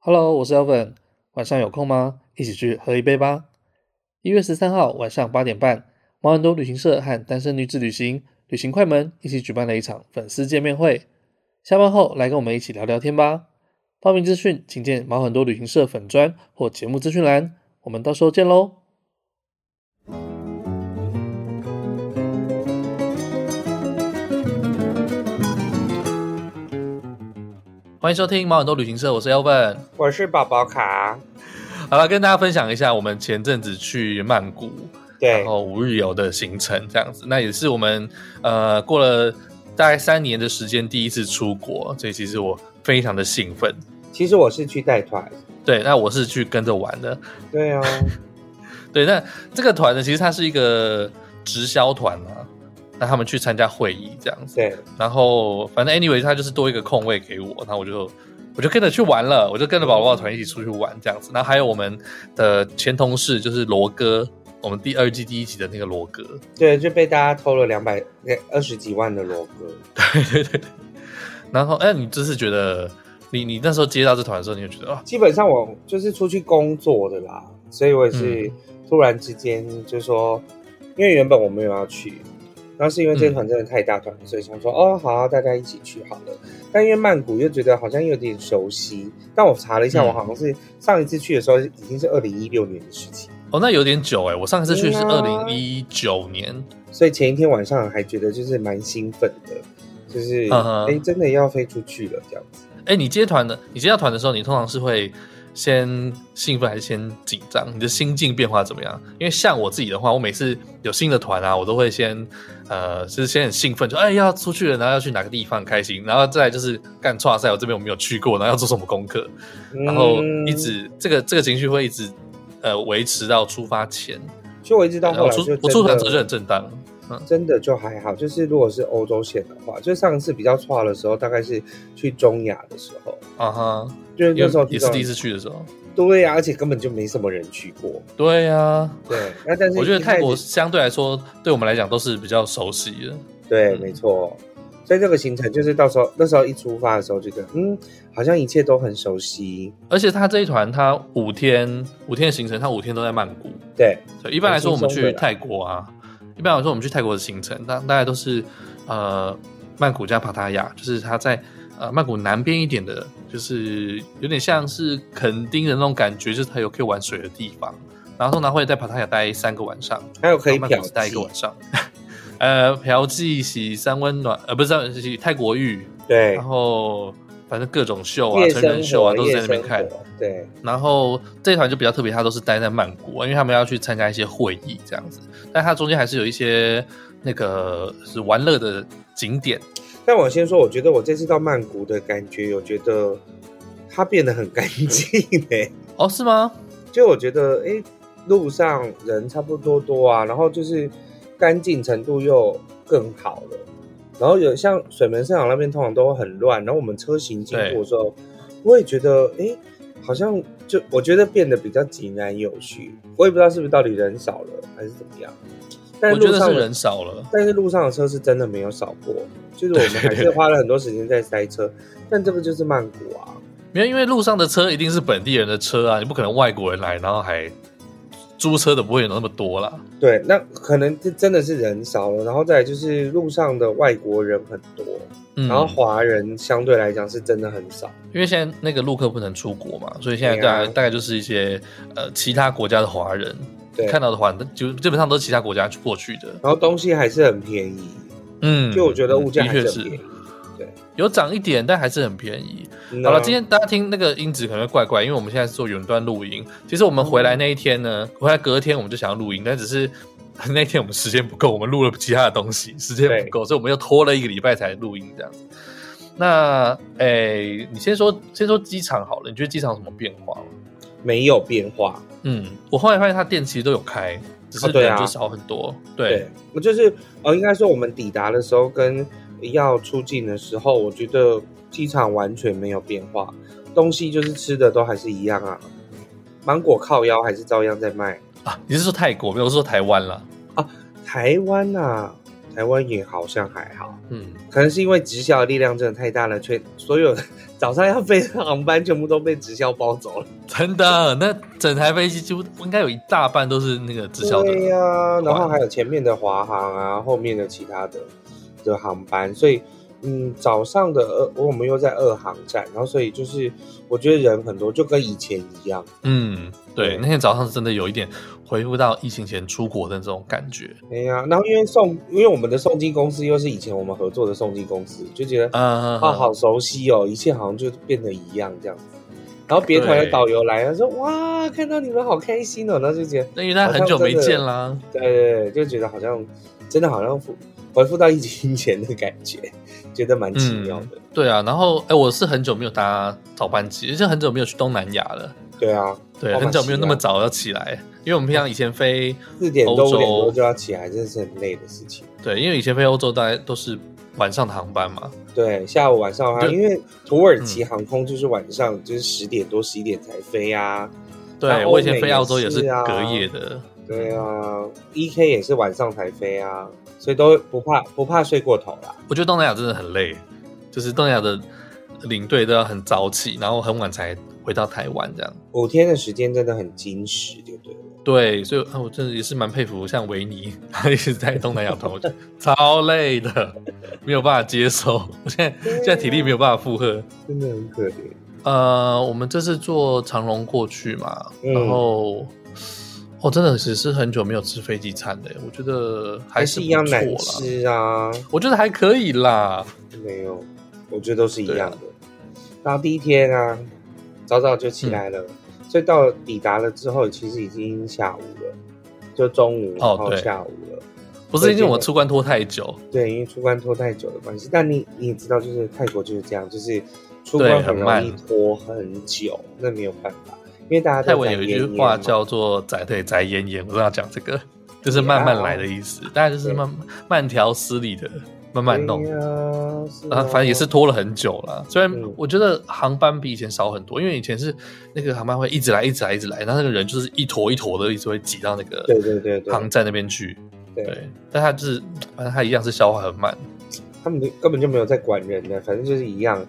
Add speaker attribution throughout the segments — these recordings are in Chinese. Speaker 1: Hello，我是 Elvin，晚上有空吗？一起去喝一杯吧。一月十三号晚上八点半，毛很多旅行社和单身女子旅行旅行快门一起举办了一场粉丝见面会。下班后来跟我们一起聊聊天吧。报名资讯请见毛很多旅行社粉专或节目资讯栏。我们到时候见喽。欢迎收听毛很多旅行社，我是 Elvin。
Speaker 2: 我是宝宝卡，
Speaker 1: 好了，跟大家分享一下我们前阵子去曼谷，然
Speaker 2: 对
Speaker 1: 后无日游的行程这样子。那也是我们呃过了大概三年的时间第一次出国，所以其实我非常的兴奋。
Speaker 2: 其实我是去带团，
Speaker 1: 对，那我是去跟着玩的。
Speaker 2: 对 啊，
Speaker 1: 对，那这个团呢，其实它是一个直销团啊，那他们去参加会议这样子。
Speaker 2: 对，
Speaker 1: 然后反正 anyway，他就是多一个空位给我，然后我就我就跟着去玩了，我就跟着宝宝团一起出去玩这样子。然后还有我们的前同事就是罗哥，我们第二季第一集的那个罗哥，
Speaker 2: 对，就被大家偷了两百呃二十几万的罗哥，
Speaker 1: 对对对。然后哎，你就是觉得你你那时候接到这团的时候，你就觉得啊，
Speaker 2: 基本上我就是出去工作的啦，所以我也是
Speaker 1: 嗯
Speaker 2: 突然之间就说，因为原本我没有要去，然后是因为这团真的太大团，了，所以想说哦好、大家一起去好了。但因为曼谷又觉得好像有点熟悉，但我查了一下，
Speaker 1: 嗯
Speaker 2: 我好像是上一次去的时候已经是二零一六年的事情，
Speaker 1: 哦，那有点久哎、我上一次去是
Speaker 2: 嗯
Speaker 1: 二
Speaker 2: 啊
Speaker 1: 零一九年，
Speaker 2: 所以前一天晚上还觉得就是蛮兴奋的，就是哎、
Speaker 1: 嗯哼
Speaker 2: 诶真的要飞出去了这样子。
Speaker 1: 哎，你接团的，你接到团的时候，你通常是会先兴奋还是先紧张？你的心境变化怎么样？因为像我自己的话，我每次有新的团啊，我都会先呃，就是先很兴奋，就哎要出去了，然后要去哪个地方很开心，然后再来就是干跨赛，我这边我没有去过，然后要做什么功课，然后一
Speaker 2: 嗯，
Speaker 1: 直、这个这个情绪会一直呃维持到出发前，
Speaker 2: 就我一直到
Speaker 1: 然
Speaker 2: 后
Speaker 1: 后
Speaker 2: 来
Speaker 1: 出
Speaker 2: 就
Speaker 1: 我出团
Speaker 2: 真
Speaker 1: 之后就
Speaker 2: 的
Speaker 1: 很正当，
Speaker 2: 真的就还好，就是如果是欧洲线的话，就上次比较差的时候，大概是去中亚的时候，
Speaker 1: 啊哈，
Speaker 2: 就是
Speaker 1: 因
Speaker 2: 那时候
Speaker 1: 为也是第一次去的时候，
Speaker 2: 对啊呀、而且根本就没什么人去过。
Speaker 1: 对呀、
Speaker 2: 对，那但是
Speaker 1: 我觉得
Speaker 2: 一开
Speaker 1: 泰
Speaker 2: 始
Speaker 1: 国相对来说，对我们来讲都是比较熟悉的。
Speaker 2: 对，
Speaker 1: 嗯
Speaker 2: 没错。所以这个行程就是到时候那时候一出发的时候，觉得嗯，好像一切都很熟悉。
Speaker 1: 而且他这一团，他五天五天的行程，他五天都在曼谷。
Speaker 2: 对，
Speaker 1: 所以一般来说，我们
Speaker 2: 很
Speaker 1: 去
Speaker 2: 轻松的啦
Speaker 1: 泰国啊，一般来说我们去泰国的行程，大大概都是呃曼谷加帕塔亚，就是它在呃曼谷南边一点的，就是有点像是垦丁的那种感觉，就是它有可以玩水的地方。然后通常会在帕塔亚待三个晚上，
Speaker 2: 还有可以
Speaker 1: 然后曼
Speaker 2: 嫖
Speaker 1: 谷只待一个
Speaker 2: 妓
Speaker 1: 晚上。 呃，嫖妓、洗三温暖，呃，不是洗泰国浴，
Speaker 2: 对
Speaker 1: 然，后反正各种秀啊、
Speaker 2: 夜
Speaker 1: 成人
Speaker 2: 生
Speaker 1: 秀啊，
Speaker 2: 活，
Speaker 1: 都是在那
Speaker 2: 夜生
Speaker 1: 边看。
Speaker 2: 活，对。
Speaker 1: 然后这一团就比较特别，他都是待在曼谷，啊因为他们要去参加一些会议这样子，但他中间还是有一些那个是玩乐的景点。
Speaker 2: 但我先说，我觉得我这次到曼谷的感觉，有觉得它变得很干净诶。
Speaker 1: 哦，是吗？
Speaker 2: 就我觉得，诶，路上人差不多多啊，然后就是干净程度又更好了。然后有像水门市场那边通常都会很乱，然后我们车行经过的时候，我也觉得，诶，好像就我觉得变得比较井然有序。我也不知道是不是到底人少了还是怎么样，但
Speaker 1: 我
Speaker 2: 路
Speaker 1: 觉得
Speaker 2: 上
Speaker 1: 是人少了。
Speaker 2: 但是路上的车是真的没有少过，就是我们还是花了很多时间在塞车。但这个就是曼谷啊，
Speaker 1: 没有，因为路上的车一定是本地人的车啊，你不可能外国人来，然后还租车的不会有那么多啦。
Speaker 2: 对，那可能这真的是人少了，然后再来就是路上的外国人很多，
Speaker 1: 嗯，
Speaker 2: 然后华人相对来讲是真的很少。
Speaker 1: 因为现在那个陆客不能出国嘛，所以现在
Speaker 2: 对
Speaker 1: 大
Speaker 2: 啊
Speaker 1: 概、大概就是一些呃其他国家的华人
Speaker 2: 对，
Speaker 1: 看
Speaker 2: 然
Speaker 1: 到的华人，就基本上都是其他国家过去的。
Speaker 2: 后东西还是很便宜，
Speaker 1: 嗯，
Speaker 2: 就我觉得物价
Speaker 1: 的
Speaker 2: 还
Speaker 1: 确
Speaker 2: 很便宜
Speaker 1: 是。有涨一点，但还是很便宜。
Speaker 2: 嗯
Speaker 1: 好
Speaker 2: 啊
Speaker 1: 了，今天大家听那个音质可能会怪怪，因为我们现在是做远端录音。其实我们回来那一天呢，回来隔天我们就想要录音，但只是那天我们时间不够，我们录了其他的东西，时间不够，所以我们又拖了一个礼拜才录音这样子。那诶、你先说先说机场好了，你觉得机场有什么变化吗？
Speaker 2: 没有变化。
Speaker 1: 嗯，我后来发现它店其实都有开，只是
Speaker 2: 啊对啊
Speaker 1: 人就少很多。对
Speaker 2: 对，我就是呃，应该说我们抵达的时候跟要出境的时候，我觉得机场完全没有变化，东西就是吃的都还是一样啊，芒果靠腰还是照样在卖。
Speaker 1: 啊，你是说泰国没有？我是说台湾啦。
Speaker 2: 台湾啊，台湾也好像还好，
Speaker 1: 嗯，
Speaker 2: 可能是因为直销的力量真的太大了，全所有的早上要飞的航班全部都被直销包走了。
Speaker 1: 真的，那整台飞机几乎应该有一大半都是那个直销的。
Speaker 2: 对呀、然
Speaker 1: 哇
Speaker 2: 后还有前面的华航啊，后面的其他的的航班，所以嗯，早上的二我们又在二航站，然后所以就是我觉得人很多，就跟以前一样。
Speaker 1: 嗯，对，
Speaker 2: 对
Speaker 1: 那天早上真的有一点恢复到疫情前出国的那种感觉。
Speaker 2: 哎呀、然后因为送，因为我们的送机公司又是以前我们合作的送机公司，就觉得
Speaker 1: 啊，
Speaker 2: 啊，好熟悉哦，一切好像就变得一样这样子。然后别团的
Speaker 1: 对
Speaker 2: 导游来了，说哇，看到你们好开心哦，然后就觉得，
Speaker 1: 那因为他很久没见啦。
Speaker 2: 对对对，就觉得好像真的好像复回复到疫情前的感觉，觉得蛮奇妙的。
Speaker 1: 对啊，然后哎，我是很久没有搭早班机，而且很久没有去东南亚了。
Speaker 2: 对啊，
Speaker 1: 对，
Speaker 2: 好可惜啊
Speaker 1: 很久没有那么早要起来，因为我们平常以前飞，
Speaker 2: 四点多
Speaker 1: 欧洲
Speaker 2: 五点多就要起来，真的是很累的事情。
Speaker 1: 对，因为以前飞欧洲大家都是晚上的航班嘛。
Speaker 2: 对，下午晚上啊，
Speaker 1: 对
Speaker 2: 因为土
Speaker 1: 嗯
Speaker 2: 耳其航空就是晚上就是十点多十一点才飞啊。
Speaker 1: 对
Speaker 2: 那
Speaker 1: 我以前飞澳洲
Speaker 2: 欧美
Speaker 1: 也
Speaker 2: 也
Speaker 1: 是
Speaker 2: 是啊
Speaker 1: 隔夜的，
Speaker 2: 对啊，E
Speaker 1: 嗯
Speaker 2: K 也是晚上才飞啊，所以都不怕不怕睡过头啦。
Speaker 1: 我觉得东南亚真的很累，就是东南亚的领队都要很早起，然后很晚才回到台湾这样。
Speaker 2: 五天的时间真的很矜持，就对了。
Speaker 1: 对，所以啊，我真的也是蛮佩服，像维尼，他一直在东南亚团，我觉得 超累的，没有办法接受。我现在
Speaker 2: 对啊
Speaker 1: 现在体力没有办法负荷。
Speaker 2: 真的很可怜。
Speaker 1: 呃，我们这次坐长龙过去嘛，
Speaker 2: 嗯
Speaker 1: 然后我、哦、真的只是很久没有吃飞机餐的，我觉得还
Speaker 2: 还
Speaker 1: 是
Speaker 2: 是
Speaker 1: 不错
Speaker 2: 一样难
Speaker 1: 啦。
Speaker 2: 吃啊，
Speaker 1: 我觉得还可以啦，
Speaker 2: 没有，我觉得都是一样的
Speaker 1: 对。啊
Speaker 2: 然后第一天啊，早早就起来了，所以到抵达了之后，其实已经下午了，就中午，
Speaker 1: 哦
Speaker 2: 然后
Speaker 1: 对
Speaker 2: 下午了。
Speaker 1: 不是因为我出关拖太久，
Speaker 2: 对，因为出关拖太久的关系，但你你也知道，就是泰国就是这样，就是出
Speaker 1: 对
Speaker 2: 关很
Speaker 1: 很
Speaker 2: 容易
Speaker 1: 慢
Speaker 2: 拖很久，那没有办法，因为大家
Speaker 1: 泰
Speaker 2: 都
Speaker 1: 文
Speaker 2: 在
Speaker 1: 有一句
Speaker 2: 腌腌
Speaker 1: 话
Speaker 2: 嘛
Speaker 1: 叫做“宅对宅严严”，我正要讲这个，
Speaker 2: 啊
Speaker 1: 就是慢慢来的意思，大概就是慢慢条斯理的慢慢弄
Speaker 2: 对。哎呀是
Speaker 1: 啊，反正也
Speaker 2: 啊
Speaker 1: 是拖了很久了。虽然
Speaker 2: 嗯
Speaker 1: 我觉得航班比以前少很多，因为以前是那个航班会一直来、一直来、一直来，然后那个人就是一坨一坨的，一直会挤到那个
Speaker 2: 对对对对
Speaker 1: 航站那边去。
Speaker 2: 对
Speaker 1: 对，但他就是反正他一样是消化很慢。
Speaker 2: 他们就根本就没有在管人的，反正就是一样。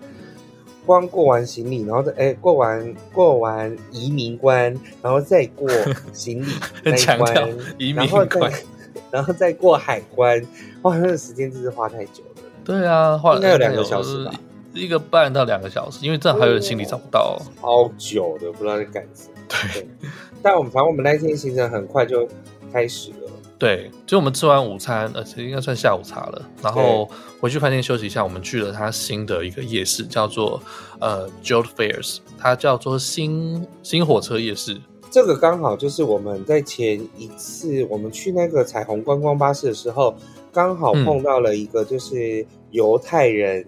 Speaker 2: 光过完行李，然后再哎、过完过完移民关，然后再 过行李那一
Speaker 1: 强调
Speaker 2: 关，
Speaker 1: 移民
Speaker 2: 哎然后再
Speaker 1: 关
Speaker 2: 然后再过海关，哇，那个时间真是花太久了。
Speaker 1: 对啊，花了
Speaker 2: 应该有两个小时吧，哦
Speaker 1: 一个半到两个小时，因为正好还有人行李找不到。
Speaker 2: 超久的，不知道在干什么。
Speaker 1: 对
Speaker 2: 对，但我们反正我们那天行程很快就开始了。
Speaker 1: 对，就我们吃完午餐，而且应该算下午茶了，然后回去饭店休息一下。我们去了它新的一个夜市，叫做呃 Jolt Fairs，它叫做新新火车夜市。
Speaker 2: 这个刚好就是我们在前一次我们去那个彩虹观光巴士的时候，刚好碰到了一个就是犹太人，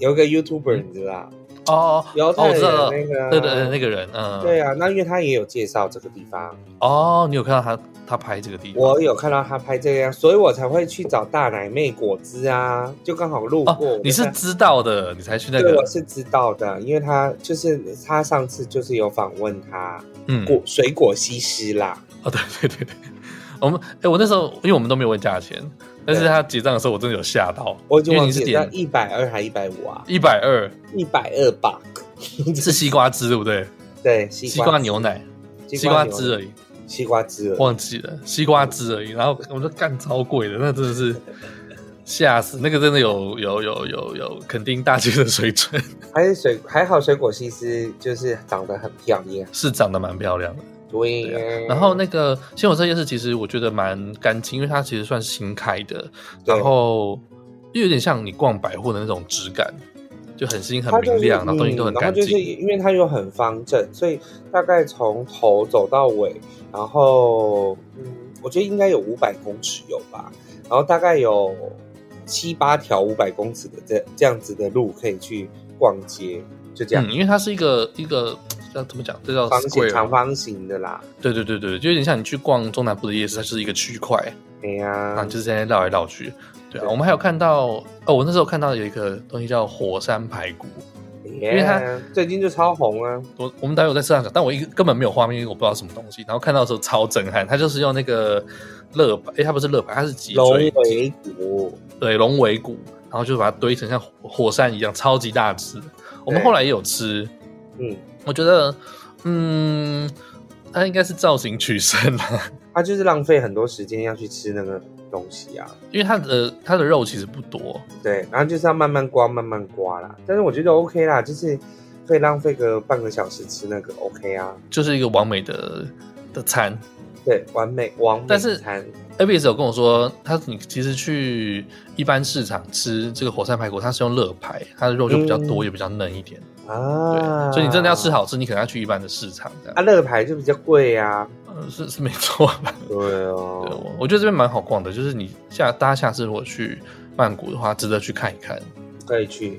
Speaker 2: 有一个 YouTuber 你知道吧，
Speaker 1: 哦，
Speaker 2: 犹
Speaker 1: 嗯哦，
Speaker 2: 太
Speaker 1: 我知
Speaker 2: 人
Speaker 1: 道了，
Speaker 2: 那个啊
Speaker 1: 对对对，那个人，嗯，
Speaker 2: 对，啊，那因为他也有介绍这个地方，
Speaker 1: 哦，你有看到他他拍这个地方？
Speaker 2: 我有看到他拍这样，所以我才会去找大奶妹果汁啊，就刚好路过。
Speaker 1: 哦，你
Speaker 2: 我
Speaker 1: 是
Speaker 2: 就看
Speaker 1: 知道的，你才去那
Speaker 2: 对，
Speaker 1: 个
Speaker 2: 我，是知道的，因为他就是他上次就是有访问他
Speaker 1: 嗯，
Speaker 2: 果水果西施啦，
Speaker 1: 哦，对对对对，我们哎，我那时候因为我们都没有问价钱，但是
Speaker 2: 对
Speaker 1: 他结账的时候我真的有吓到，
Speaker 2: 我已经
Speaker 1: 因为
Speaker 2: 忘
Speaker 1: 你是
Speaker 2: 记了
Speaker 1: 点
Speaker 2: 一百二还一百五啊，
Speaker 1: 一百二
Speaker 2: 一百二吧。
Speaker 1: 是西瓜汁对不对？
Speaker 2: 对，西
Speaker 1: 西瓜牛奶，西瓜汁而
Speaker 2: 已，
Speaker 1: 已，
Speaker 2: 西瓜汁而已。
Speaker 1: 忘记了西瓜汁而已。然后我说干超贵的，那真的 是吓死，那个真的有有有有有肯定大街的水准，
Speaker 2: 还是水还好，水果西施就是长得很漂亮。
Speaker 1: 是长得蛮漂亮的。
Speaker 2: 对啊
Speaker 1: 对啊
Speaker 2: 呀、
Speaker 1: 然后那个新火车夜市，其实我觉得蛮干净，因为它其实算是新开的，
Speaker 2: 对
Speaker 1: 然后又有点像你逛百货的那种质感，就很新、很
Speaker 2: 它就
Speaker 1: 明
Speaker 2: 是
Speaker 1: 亮，然后东西
Speaker 2: 嗯
Speaker 1: 都很
Speaker 2: 然后
Speaker 1: 干
Speaker 2: 就
Speaker 1: 净。
Speaker 2: 是因为它又很方正，所以大概从头走到尾，然后嗯，我觉得应该有五百公尺有吧，然后大概有七八条五百公尺的这这样子的路可以去逛街，就这样。
Speaker 1: 嗯，因为它是一个一个叫怎么讲，这叫
Speaker 2: 方形
Speaker 1: square
Speaker 2: 长方形的啦，
Speaker 1: 对对对对，就有点像你去逛中南部的夜市，它就是一个区块，
Speaker 2: 哎呀、
Speaker 1: 然后你就是在那绕来绕去。对啊，
Speaker 2: 对
Speaker 1: 我们还有看到哦，我那时候看到有一个东西叫火山排骨，
Speaker 2: 因
Speaker 1: 为它
Speaker 2: 最近就超红啊，
Speaker 1: 我我们导游在车上讲，但我一个根本没有画面，因为我不知道什么东西。然后看到的时候超震撼，他就是用那个乐牌，诶，它不是乐牌，它是脊
Speaker 2: 龙
Speaker 1: 椎，
Speaker 2: 尾骨，
Speaker 1: 对，龙尾骨，然后就把它堆成像火火山一样，超级大只。我们
Speaker 2: 对
Speaker 1: 后来也有吃，
Speaker 2: 嗯，
Speaker 1: 我觉得，嗯，它应该是造型取胜了，
Speaker 2: 它就是浪费很多时间要去吃那个东西啊。
Speaker 1: 因为它的它的肉其实不多，
Speaker 2: 对，然后就是要慢慢刮，慢慢刮啦。但是我觉得 OK 啦，就是可以浪费个半个小时吃那个 OK 啊，
Speaker 1: 就是一个完美的的餐。
Speaker 2: 对，完美完美
Speaker 1: 但是
Speaker 2: 餐，
Speaker 1: ABS 有跟我说，他你其实去一般市场吃这个火山排骨，它是用乐排，它的肉就比较多，
Speaker 2: 嗯
Speaker 1: 也比较嫩一点。
Speaker 2: 啊，
Speaker 1: 对，所以你真的要吃好吃，你可能要去一般的市场这样。
Speaker 2: 啊，乐牌就比较贵啊。
Speaker 1: 呃是是没错吧？
Speaker 2: 对
Speaker 1: 对，
Speaker 2: 哦，
Speaker 1: 我我觉得这边蛮好逛的，就是你下大家下次如果去曼谷的话，值得去看一看。
Speaker 2: 可以去，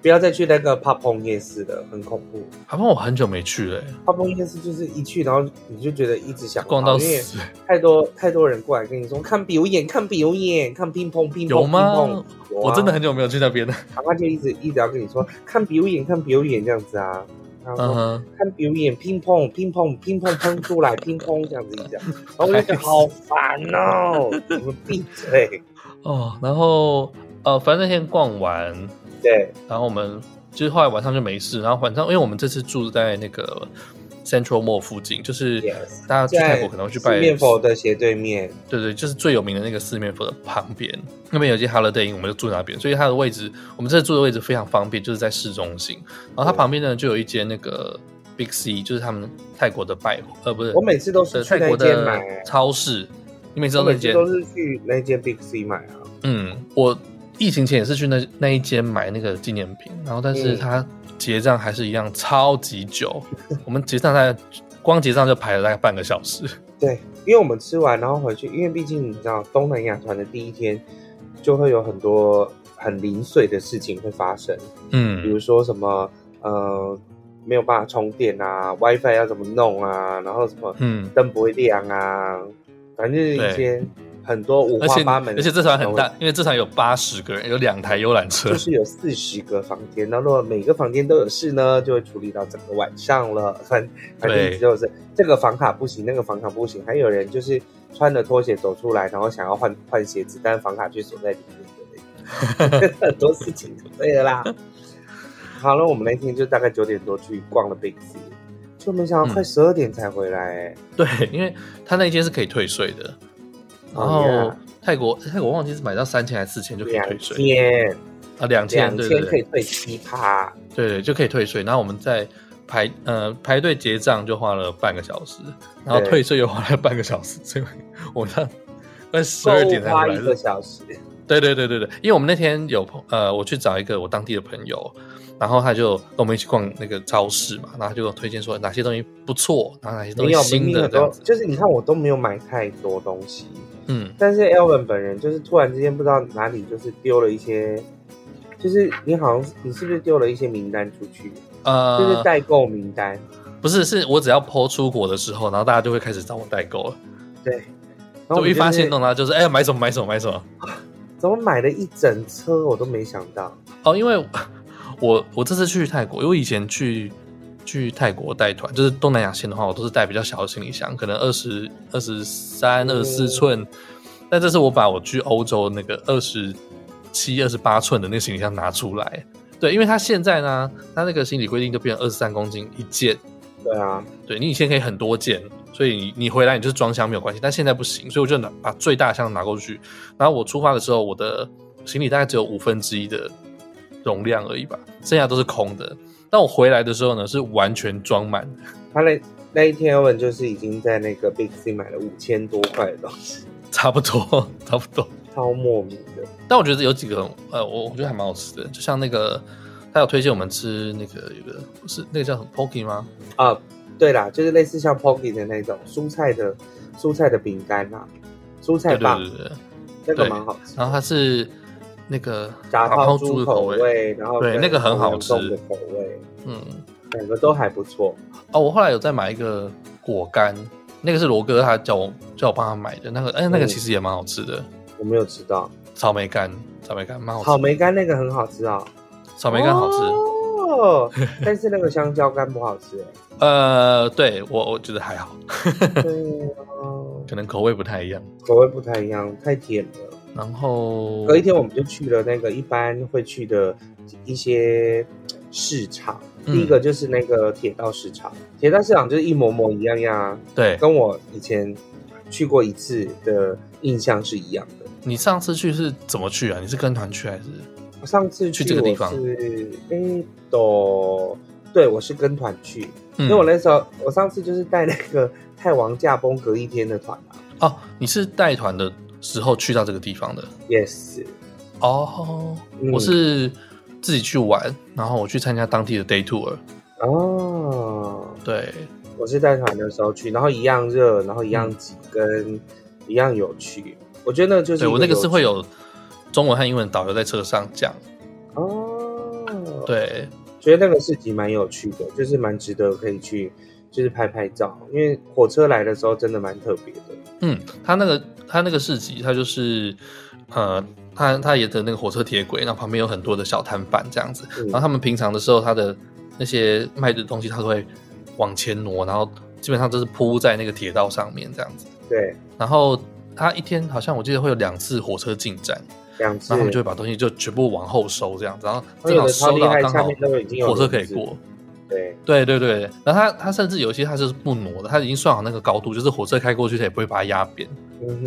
Speaker 2: 不要再去那个帕蓬夜市了，很恐怖。
Speaker 1: 好像我很久没去了、欸
Speaker 2: 帕蓬夜市就是一去，然后你就觉得一直想
Speaker 1: 逛到
Speaker 2: 跑因为
Speaker 1: 死，
Speaker 2: 太多太多人过来跟你说看表演，看表演，看乒乓乒乓
Speaker 1: 有吗
Speaker 2: 乒乓有啊
Speaker 1: 我真的很久没有去那边了。
Speaker 2: 然后他就一直一直要跟你说看表演，看表演这样子啊，然后
Speaker 1: 嗯
Speaker 2: 说、
Speaker 1: 哼，
Speaker 2: 看表演，乒乓乒乓乒乓喷出来，乒乓这样子 一讲，然后我就觉得好烦哦，你们闭嘴。
Speaker 1: 哦，然后呃，反正那天逛完，
Speaker 2: 对，
Speaker 1: 然后我们就是后来晚上就没事，然后晚上因为我们这次住在那个 Central Mall 附近，就是
Speaker 2: Yes
Speaker 1: 大家去泰
Speaker 2: 在
Speaker 1: 国可能会去
Speaker 2: 四
Speaker 1: 拜
Speaker 2: 面佛的斜对面，
Speaker 1: 对对，就是最有名的那个四面佛的旁边，那边有一间 Holiday Inn，我们就住那边，所以它的位置，我们这住的位置非常方便，就是在市中心。然后它
Speaker 2: 对
Speaker 1: 旁边呢就有一间那个 Big C，就是他们泰国的百货，呃，不是，
Speaker 2: 我每次都是
Speaker 1: 呃
Speaker 2: 去
Speaker 1: 泰
Speaker 2: 那
Speaker 1: 国
Speaker 2: 间
Speaker 1: 的
Speaker 2: 买，
Speaker 1: 超市。你每次
Speaker 2: 我
Speaker 1: 都那
Speaker 2: 每次
Speaker 1: 间？
Speaker 2: 都是去那间 Big C 买啊。
Speaker 1: 嗯，我疫情前也是去那那一间买那个纪念品，然后但是
Speaker 2: 嗯
Speaker 1: 它结账还是一样超级 久，我们结账大概光结账就排了大概半个小时。
Speaker 2: 对，因为我们吃完然后回去，因为毕竟你知道东南亚团的第一天就会有很多很零碎的事情会发生，比
Speaker 1: 嗯
Speaker 2: 如说什么呃没有办法充电啊，WiFi 要怎么弄啊，然后什么
Speaker 1: 嗯，
Speaker 2: 灯不会亮啊，反正就是一些很多五
Speaker 1: 而
Speaker 2: 花
Speaker 1: 且
Speaker 2: 八门
Speaker 1: 而
Speaker 2: 的
Speaker 1: 且这团很
Speaker 2: 东
Speaker 1: 大
Speaker 2: 西，，
Speaker 1: 因为这团有八十个人，有两台游览车
Speaker 2: 就。是有四十个房间，那如果每个房间都有事呢，就会处理到整个晚上了。 反反正
Speaker 1: 对
Speaker 2: 只有是这个房卡不行，那个房卡不行，还有人就是穿着拖鞋走出来，然后想要换换鞋子，但是房卡却锁在里面 的，很多事情就对了啦。好了，我们那天就大概九点多去逛了 Big C，就没想到快
Speaker 1: 嗯
Speaker 2: 十二点才回来、欸，
Speaker 1: 对，因为他那一间是可以退税的，然
Speaker 2: 哦
Speaker 1: 后
Speaker 2: ，yeah
Speaker 1: 泰国泰国忘记是买到三千还是四千就可以
Speaker 2: 两
Speaker 1: 退税
Speaker 2: 天
Speaker 1: 啊，两千
Speaker 2: 两
Speaker 1: 对对
Speaker 2: 天
Speaker 1: 对
Speaker 2: 可以退七趴，
Speaker 1: 对对，就可以退税。然后我们在排呃排队结账就花了半个小时，然后
Speaker 2: 对
Speaker 1: 退税又花了半个小时，所以我到快十
Speaker 2: 够
Speaker 1: 二点才
Speaker 2: 花
Speaker 1: 回
Speaker 2: 一个
Speaker 1: 来。
Speaker 2: 小时。
Speaker 1: 对对对对对，因为我们那天有朋呃，我去找一个我当地的朋友，然后他就跟我们一起逛那个超市嘛，然后他就给我推荐说哪些东西不错，然后哪些东西
Speaker 2: 没有，明
Speaker 1: 新
Speaker 2: 明
Speaker 1: 的
Speaker 2: 很
Speaker 1: 这
Speaker 2: 多
Speaker 1: 样子，。
Speaker 2: 就是你看我都没有买太多东西，
Speaker 1: 嗯，
Speaker 2: 但是 Elvin 本人就是突然之间不知道哪里就是丢了一些，就是你好像你是不是丢了一些名单出去，就是
Speaker 1: 呃，
Speaker 2: 代购名单，
Speaker 1: 不是，是我只要抛出国的时候，然后大家就会开始找我代购了。
Speaker 2: 对，然后
Speaker 1: 就
Speaker 2: 我
Speaker 1: 一发现
Speaker 2: 呢，
Speaker 1: 弄到就是哎、买什么买什么买什么。
Speaker 2: 怎么买了一整车我都没想到，
Speaker 1: 哦，因为我我我这次去泰国，因为我以前去去泰国带团，就是东南亚线的话，我都是带比较小的行李箱，可能二十二十三、二十四寸。但这次我把我去欧洲那个二十七、二十八寸的那个行李箱拿出来，对，因为它现在呢，它那个行李规定就变成二十三公斤一件，
Speaker 2: 对啊，
Speaker 1: 对你以前可以很多件，所以你你回来你就是装箱没有关系，但现在不行，所以我就拿把最大箱拿过去。然后我出发的时候，我的行李大概只有五分之一的容量而已吧，剩下都是空的。但我回来的时候呢，是完全装满的，
Speaker 2: 他那那一天 Elvin 就是已经在那个 Big C 买了五千多块的东西，
Speaker 1: 差不多差不多。
Speaker 2: 超莫名的，
Speaker 1: 但我觉得有几个很呃，我我觉得还蛮好吃的，就像那个他有推荐我们吃那个有个是那个叫什么 Pocky 吗？
Speaker 2: 啊，对啦，就是类似像 Pocky 的那种蔬菜的蔬菜的饼干啦，蔬菜
Speaker 1: 对对
Speaker 2: 棒
Speaker 1: 对对。对
Speaker 2: 那个
Speaker 1: 对
Speaker 2: 蛮好吃的。
Speaker 1: 然后它是那个
Speaker 2: 炸
Speaker 1: 泡
Speaker 2: 泡
Speaker 1: 猪
Speaker 2: 猪
Speaker 1: 的口
Speaker 2: 口
Speaker 1: 味，
Speaker 2: 味，然后
Speaker 1: 对
Speaker 2: 跟
Speaker 1: 那个很好吃
Speaker 2: 红洋葱的口味，
Speaker 1: 嗯。
Speaker 2: 两个都还不错。
Speaker 1: 哦，我后来有再买一个果干，那个是罗哥他叫我叫我帮他买的，那个哎、那个
Speaker 2: 嗯
Speaker 1: 其实也蛮好吃的，
Speaker 2: 我没有吃到
Speaker 1: 草莓干，草莓干蛮好吃的，
Speaker 2: 草莓干那个很好吃啊，
Speaker 1: 草莓干好吃，
Speaker 2: 哦错。但是那个香蕉干不好吃哎、
Speaker 1: 呃，对我我觉得还好，
Speaker 2: 对啊，
Speaker 1: 可能口味不太一样。
Speaker 2: 口味不太一样，太甜了。
Speaker 1: 然后
Speaker 2: 隔一天我们就去了那个一般会去的一些市场，
Speaker 1: 嗯
Speaker 2: 第一个就是那个铁道市场，铁道市场就是一模模一样样啊，
Speaker 1: 对
Speaker 2: 跟我以前去过一次的印象是一样的。
Speaker 1: 你上次去是怎么去啊？你是跟团去还是？
Speaker 2: 我上次
Speaker 1: 去这个地方
Speaker 2: 我是哎都对我是跟团去，
Speaker 1: 嗯
Speaker 2: 因为我那时候我上次就是带那个 泰王驾崩隔一天的团啊
Speaker 1: 哦，你是带团的时候去到这个地方的
Speaker 2: ，yes，
Speaker 1: 哦。
Speaker 2: 嗯
Speaker 1: 我是自己去玩，然后我去参加当地的 day tour。
Speaker 2: 哦，
Speaker 1: 对，
Speaker 2: 我是带团的时候去，然后一样热，然后一
Speaker 1: 嗯
Speaker 2: 样挤，跟一样有趣。我觉得那就是
Speaker 1: 对我那个是会
Speaker 2: 有
Speaker 1: 有中文和英文导游在车上讲。
Speaker 2: 哦，，
Speaker 1: 对，
Speaker 2: 觉得那个市集蛮有趣的，就是蛮值得可以去，就是拍拍照。因为火车来的时候真的蛮特别的，
Speaker 1: 嗯，他那个他那个市集，他就是呃，他他沿着那个火车铁轨，那旁边有很多的小摊贩这样子。
Speaker 2: 嗯
Speaker 1: 然后他们平常的时候，他的那些卖的东西，他都会往前挪，然后基本上都是铺在那个铁道上面这样子。
Speaker 2: 对，
Speaker 1: 然后他一天好像我记得会有两次火车进站，
Speaker 2: 两次
Speaker 1: 然后他们就会把东西就全部往后收这样子，然后
Speaker 2: 他
Speaker 1: 正
Speaker 2: 有
Speaker 1: 好
Speaker 2: 的超
Speaker 1: 收
Speaker 2: 厉
Speaker 1: 到
Speaker 2: 害，
Speaker 1: 刚
Speaker 2: 下
Speaker 1: 好
Speaker 2: 面都已经有
Speaker 1: 火车可以
Speaker 2: 轮子
Speaker 1: 过。
Speaker 2: 对，
Speaker 1: 对对对，然后他他甚至有一些他就是不挪的，他已经算好那个高度，就是火车开过去他也不会把它压扁。
Speaker 2: 嗯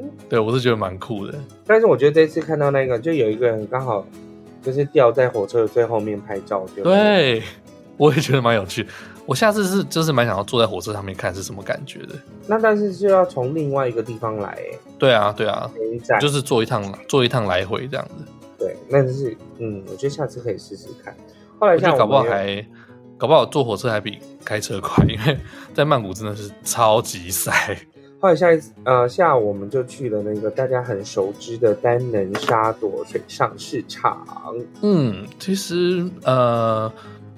Speaker 2: 哼。
Speaker 1: 对我是觉得蛮酷的。
Speaker 2: 但是我觉得这次看到那个，就有一个人刚好就是掉在火车的最后面拍照，就，
Speaker 1: 对，我也觉得蛮有趣。我下次是就是蛮想要坐在火车上面看是什么感觉的。
Speaker 2: 那但是就要从另外一个地方来、欸，
Speaker 1: 对啊，对啊，
Speaker 2: 每一站
Speaker 1: 就是坐一趟坐一趟来回这样子，
Speaker 2: 对，那就是嗯，我觉得下次可以试试看。后来
Speaker 1: 我觉
Speaker 2: 像
Speaker 1: 得
Speaker 2: 我
Speaker 1: 搞不好
Speaker 2: 们有
Speaker 1: 还搞不好坐火车还比开车快，因为在曼谷真的是超级塞。
Speaker 2: 后来下一次呃下午我们就去了那个大家很熟知的丹能沙朵水上市场，
Speaker 1: 嗯，其实呃，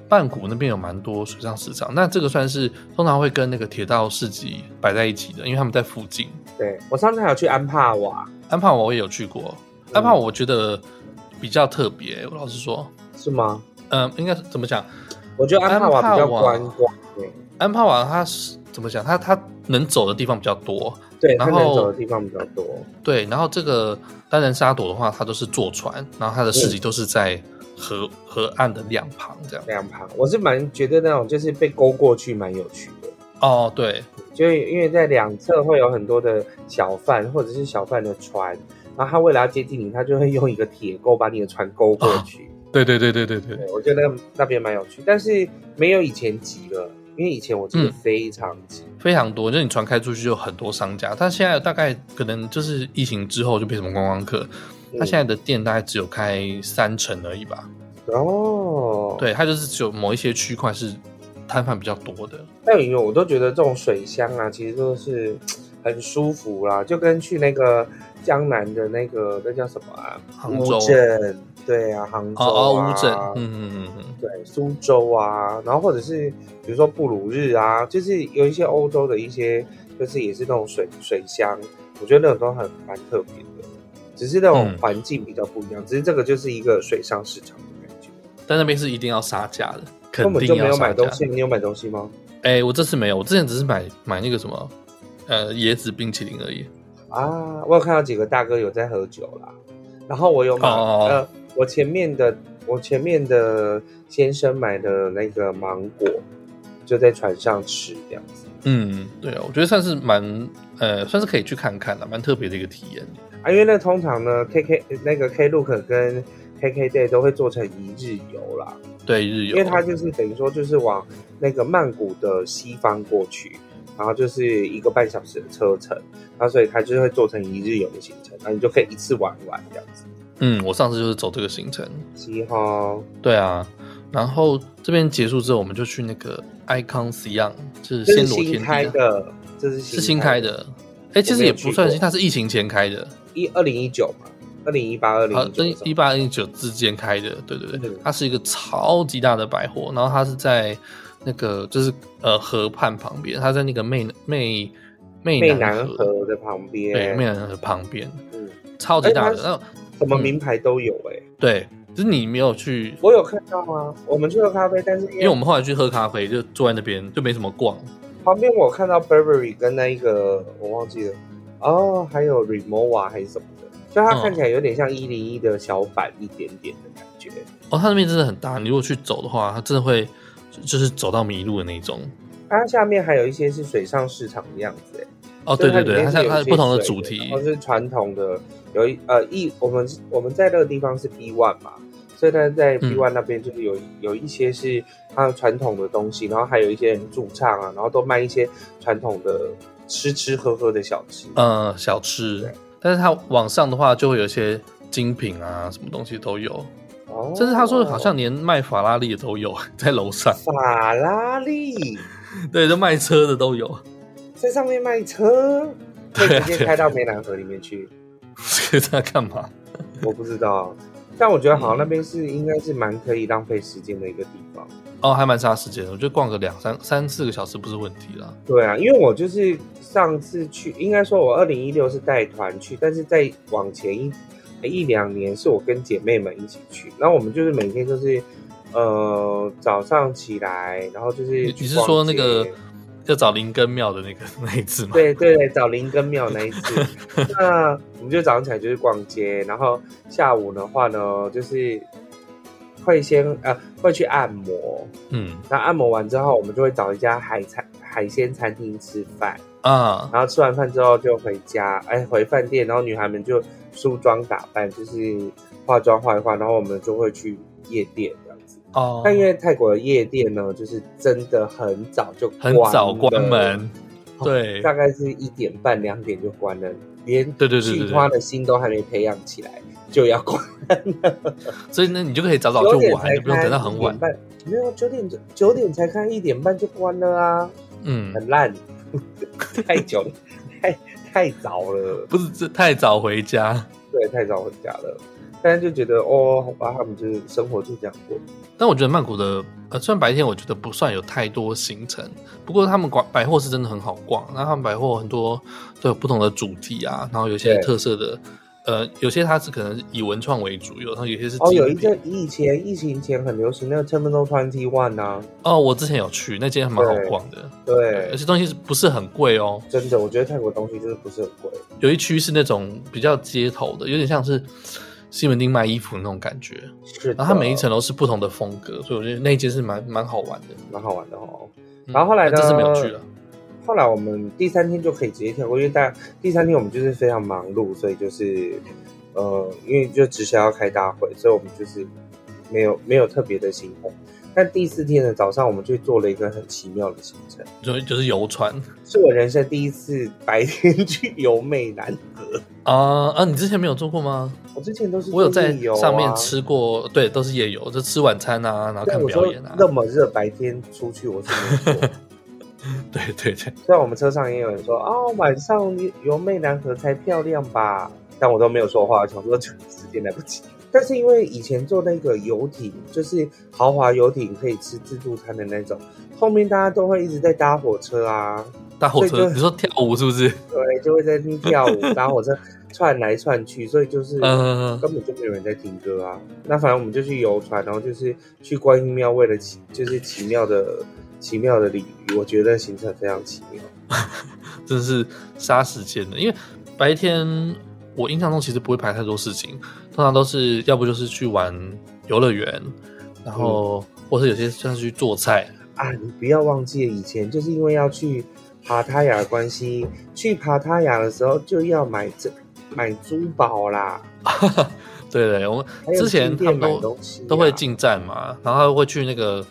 Speaker 1: 曼谷那边有蛮多水上市场，那这个算是通常会跟那个铁道市集摆在一起呃的，因为他们在附近。
Speaker 2: 对我上次还有去安帕瓦，
Speaker 1: 安帕瓦我也有去过，安啊帕瓦我觉得比较特别，我老实说，
Speaker 2: 是吗？
Speaker 1: 嗯，应该是怎么讲？
Speaker 2: 我觉得安帕瓦比较
Speaker 1: 安帕瓦
Speaker 2: 观光，对
Speaker 1: 安帕瓦它是怎么讲？它它能走的地方比较多，
Speaker 2: 对，它
Speaker 1: 然后
Speaker 2: 能走的地方比较多，
Speaker 1: 对。然后这个单人沙朵的话，它都是坐船，然后它的市集都是在河、河岸的两旁这样。
Speaker 2: 那样爬，我是蛮觉得那种就是被勾过去蛮有趣的。
Speaker 1: 哦，对，
Speaker 2: 就是因为在两侧会有很多的小贩或者是小贩的船，然后他为了要接近你，他就会用一个铁钩把你的船勾过
Speaker 1: 啊
Speaker 2: 去。
Speaker 1: 对对对对对对
Speaker 2: 对，我觉得那那边蛮有趣，但是没有以前急了，因为以前我真
Speaker 1: 嗯
Speaker 2: 的非常急。
Speaker 1: 非常多，就是你船开出去就有很多商家，但现在大概可能就是疫情之后就没什么观光客，
Speaker 2: 嗯
Speaker 1: 它现在的店大概只有开三成而已吧。
Speaker 2: 在哦，，
Speaker 1: 对，它就是只有某一些区块是摊贩比较多的。
Speaker 2: 但因为我都觉得这种水乡啊，其实都是很舒服啦，就跟去那个江南的那个那叫什么啊，
Speaker 1: 杭州
Speaker 2: 乌镇，对啊，杭州
Speaker 1: 哦
Speaker 2: 啊，
Speaker 1: 哦，乌镇，嗯嗯嗯嗯，
Speaker 2: 对，苏州啊，然后或者是比如说布鲁日啊，就是有一些欧洲的一些，就是也是那种水水乡，我觉得那种都很蛮特别的，只是那种
Speaker 1: 嗯
Speaker 2: 环境比较不一样，只是这个就是一个水上市场的感觉，
Speaker 1: 但那边是一定要杀价的，肯
Speaker 2: 根本就
Speaker 1: 定
Speaker 2: 没
Speaker 1: 要
Speaker 2: 有
Speaker 1: 杀
Speaker 2: 买
Speaker 1: 价
Speaker 2: 东。西，你有买东西吗？
Speaker 1: 哎、我这次没有，我之前只是买买那个什么，呃，椰子冰淇淋而已。
Speaker 2: 啊，我有看到几个大哥有在喝酒啦，然后我有买，
Speaker 1: 哦
Speaker 2: 呃，我前面的我前面的先生买的那个芒果，就在船上吃这样子。
Speaker 1: 嗯，对啊，我觉得算是蛮，呃，算是可以去看看的，蛮特别的一个体验。
Speaker 2: 啊，因为那通常呢，KK 那个 Klook 跟 KKday 都会做成一日游啦，
Speaker 1: 对，日
Speaker 2: 因
Speaker 1: 游，
Speaker 2: 为它就是等于说就是往那个曼谷的西方过去，然后就是一个半小时的车程，然后所以它就会做成一日游的行程，那你就可以一次玩完这样子。
Speaker 1: 嗯，我上次就是走这个行程。
Speaker 2: 西哈，
Speaker 1: 对啊，然后这边结束之后，我们就去那个 Icon Siam，就是
Speaker 2: 这是
Speaker 1: 暹罗天
Speaker 2: 新
Speaker 1: 地
Speaker 2: 开
Speaker 1: 啊，
Speaker 2: 的，这是
Speaker 1: 是新开
Speaker 2: 的，
Speaker 1: 的。哎，其实也不算
Speaker 2: 我没有去过
Speaker 1: 新，它是疫情前开的，
Speaker 2: 一二零一九嘛，二零一八二零
Speaker 1: 好，
Speaker 2: 一
Speaker 1: 跟
Speaker 2: 九，
Speaker 1: 一八一九之间开的，对对对
Speaker 2: 嗯，
Speaker 1: 它是一个超级大的百货，然后它是在那个就是呃河畔旁边，它在那个湄湄
Speaker 2: 湄
Speaker 1: 湄
Speaker 2: 南
Speaker 1: 河
Speaker 2: 河的旁边，
Speaker 1: 对湄南河旁边，
Speaker 2: 嗯，
Speaker 1: 超级大
Speaker 2: 哎它
Speaker 1: 的，
Speaker 2: 是
Speaker 1: 然后
Speaker 2: 什么
Speaker 1: 嗯
Speaker 2: 名牌都有哎、
Speaker 1: 对，就是你没有去，
Speaker 2: 我有看到啊，我们去喝咖啡，但是因
Speaker 1: 因为我们后来去喝咖啡，就坐在那边就没什么逛。
Speaker 2: 旁边我看到 Burberry 跟那一个我忘记了，哦，还有 Remova 还是什么的，就
Speaker 1: 嗯
Speaker 2: 它看起来有点像一零一的小版一点点的感觉。
Speaker 1: 哦，它那边真的很大，你如果去走的话，它真的会就就是走到迷路的那种。
Speaker 2: 它下面还有一些是水上市场的样子，哎
Speaker 1: 哦，
Speaker 2: 就
Speaker 1: 对对
Speaker 2: 是它里
Speaker 1: 对，
Speaker 2: 面
Speaker 1: 它
Speaker 2: 是
Speaker 1: 像
Speaker 2: 有
Speaker 1: 它
Speaker 2: 一些
Speaker 1: 不同的
Speaker 2: 水
Speaker 1: 主题
Speaker 2: 然，后是传统的，有一呃一我们我们在那个地方是 B one 嘛，所以它在
Speaker 1: 嗯
Speaker 2: B one 那边就是有、有一些是它传统的东西，然后还有一些人驻唱啊，然后都卖一些传统的吃吃喝喝的小吃。
Speaker 1: 呃，小吃
Speaker 2: 对。
Speaker 1: 但是它往上的话，就会有一些精品啊，什么东西都有。
Speaker 2: 哦
Speaker 1: 甚至他说好像连卖法拉利的都有， 在楼上，
Speaker 2: 法拉利。
Speaker 1: 对，就卖车的都有。
Speaker 2: 在上面卖车，可以
Speaker 1: 对啊
Speaker 2: 直接开到湄南河里面去。
Speaker 1: 这个在干嘛？
Speaker 2: 我不知道，但我觉得好像那边是应该是蛮可以浪费时间的一个地方。
Speaker 1: 哦，还蛮杀时间的，我觉得逛个两三三四个小时不是问题啦。
Speaker 2: 对啊，因为我就是上次去，应该说我二零一六是带团去，但是在往前一一两年是我跟姐妹们一起去，然后我们就是每天就是呃早上起来，然后就是
Speaker 1: 你
Speaker 2: 去
Speaker 1: 你是
Speaker 2: 逛
Speaker 1: 说那个
Speaker 2: 街
Speaker 1: 要找林根庙的那个 那一次吗？
Speaker 2: 对对对，找林跟庙那 一次。那我们就早上起来就是逛街，然后下午的话呢，就是会先呃会去按摩。
Speaker 1: 嗯
Speaker 2: 那按摩完之后，我们就会找一家海餐海鲜餐厅吃饭，
Speaker 1: 啊，
Speaker 2: 然后吃完饭之后就回家，哎，回饭店，然后女孩们就梳妆打扮，就是化妆化一化，然后我们就会去夜店这样子。
Speaker 1: 哦，
Speaker 2: 但因为泰国的夜店呢，就是真的很早就
Speaker 1: 很早关
Speaker 2: 了
Speaker 1: 门，
Speaker 2: 哦
Speaker 1: 对
Speaker 2: 大概是一点半两点就关了，连
Speaker 1: 对对对对
Speaker 2: 杏花
Speaker 1: 对，
Speaker 2: 的心都还没培养起来就要关，
Speaker 1: 所以呢，你就可以早早
Speaker 2: 九
Speaker 1: 就
Speaker 2: 点
Speaker 1: 玩，
Speaker 2: 才
Speaker 1: 你不用等
Speaker 2: 开，
Speaker 1: 到很
Speaker 2: 1
Speaker 1: 晚
Speaker 2: 点。半没有九点九点才开，一点半就关了啊，
Speaker 1: 嗯，
Speaker 2: 很烂， 太久了， 太太早了，
Speaker 1: 不是这太早回家。
Speaker 2: 对，太早回家了。但是就觉得哦，好吧，他们就是生活就这样过。
Speaker 1: 但我觉得曼谷的，呃，虽然白天我觉得不算有太多行程，不过他们广百货是真的很好逛。那他们百货很多都有不同的主题啊，然后有一些
Speaker 2: 对
Speaker 1: 特色的，呃，有些它是可能以文创为主，有然后有些是
Speaker 2: 哦，
Speaker 1: 纪
Speaker 2: 有一
Speaker 1: 念品
Speaker 2: 阵以前疫情前很流行那个 Terminal Twenty One 啊，
Speaker 1: 哦，我之前有去那间还蛮好逛的，而
Speaker 2: 对，
Speaker 1: 且东西是不是很贵哦？
Speaker 2: 真的，我觉得泰国东西就是不是很贵。
Speaker 1: 有一区是那种比较街头的，有点像是西门町卖衣服那种感觉，
Speaker 2: 是的，
Speaker 1: 然后啊它每一层楼是不同的风格，所以我觉得那一间是蛮蛮好玩的。
Speaker 2: 蛮好玩的哦。
Speaker 1: 嗯
Speaker 2: 然后后来呢？
Speaker 1: 但这次没有去了。。
Speaker 2: 后来我们第三天就可以直接跳过，因为大第三天我们就是非常忙碌，所以就是呃，因为就直销要开大会，所以我们就是没有没有特别的行程。但第四天的早上，我们就做了一个很奇妙的行程，
Speaker 1: 就就是游船
Speaker 2: 是我人生第一次白天去游美 南河。
Speaker 1: 啊啊！你之前没有做过吗？
Speaker 2: 我之前都是
Speaker 1: 我有
Speaker 2: 做
Speaker 1: 在
Speaker 2: 夜游啊
Speaker 1: 上面，吃过，对，都是夜游，就吃晚餐啊，然后
Speaker 2: 但
Speaker 1: 看
Speaker 2: 我
Speaker 1: 表
Speaker 2: 说
Speaker 1: 演啊，
Speaker 2: 那么热，白天出去我是没有做。
Speaker 1: 对对对，
Speaker 2: 虽然我们车上也有人说哦，晚上由湄南河才漂亮吧，但我都没有说话，想说这个时间来不及。但是因为以前坐那个游艇，就是豪华游艇可以吃自助餐的那种，后面大家都会一直在搭火车啊，
Speaker 1: 搭火
Speaker 2: 所以
Speaker 1: 车，
Speaker 2: 就
Speaker 1: 你说跳舞是不是？
Speaker 2: 对，就会在那边跳舞，搭火车窜来窜去，所以就是
Speaker 1: 嗯，
Speaker 2: 根本就没有人在听歌啊。那反正我们就去游船，然后就是去观音庙，为了奇就是奇妙的奇妙的鲤鱼，我觉得行程非常奇妙。
Speaker 1: 真是杀时间的，因为白天我印象中其实不会排太多事情，通常都是要不就是去玩游乐园，然
Speaker 2: 嗯
Speaker 1: 后、或是有些像是去做菜，
Speaker 2: 啊，你不要忘记了，以前就是因为要去爬塔雅的关系，去爬塔雅的时候就要买这买珠宝啦，
Speaker 1: 对对，我们
Speaker 2: 还有
Speaker 1: 之前
Speaker 2: 进
Speaker 1: 他们
Speaker 2: 店买
Speaker 1: 都
Speaker 2: 东西、啊
Speaker 1: 都会。进站嘛，然后会去那个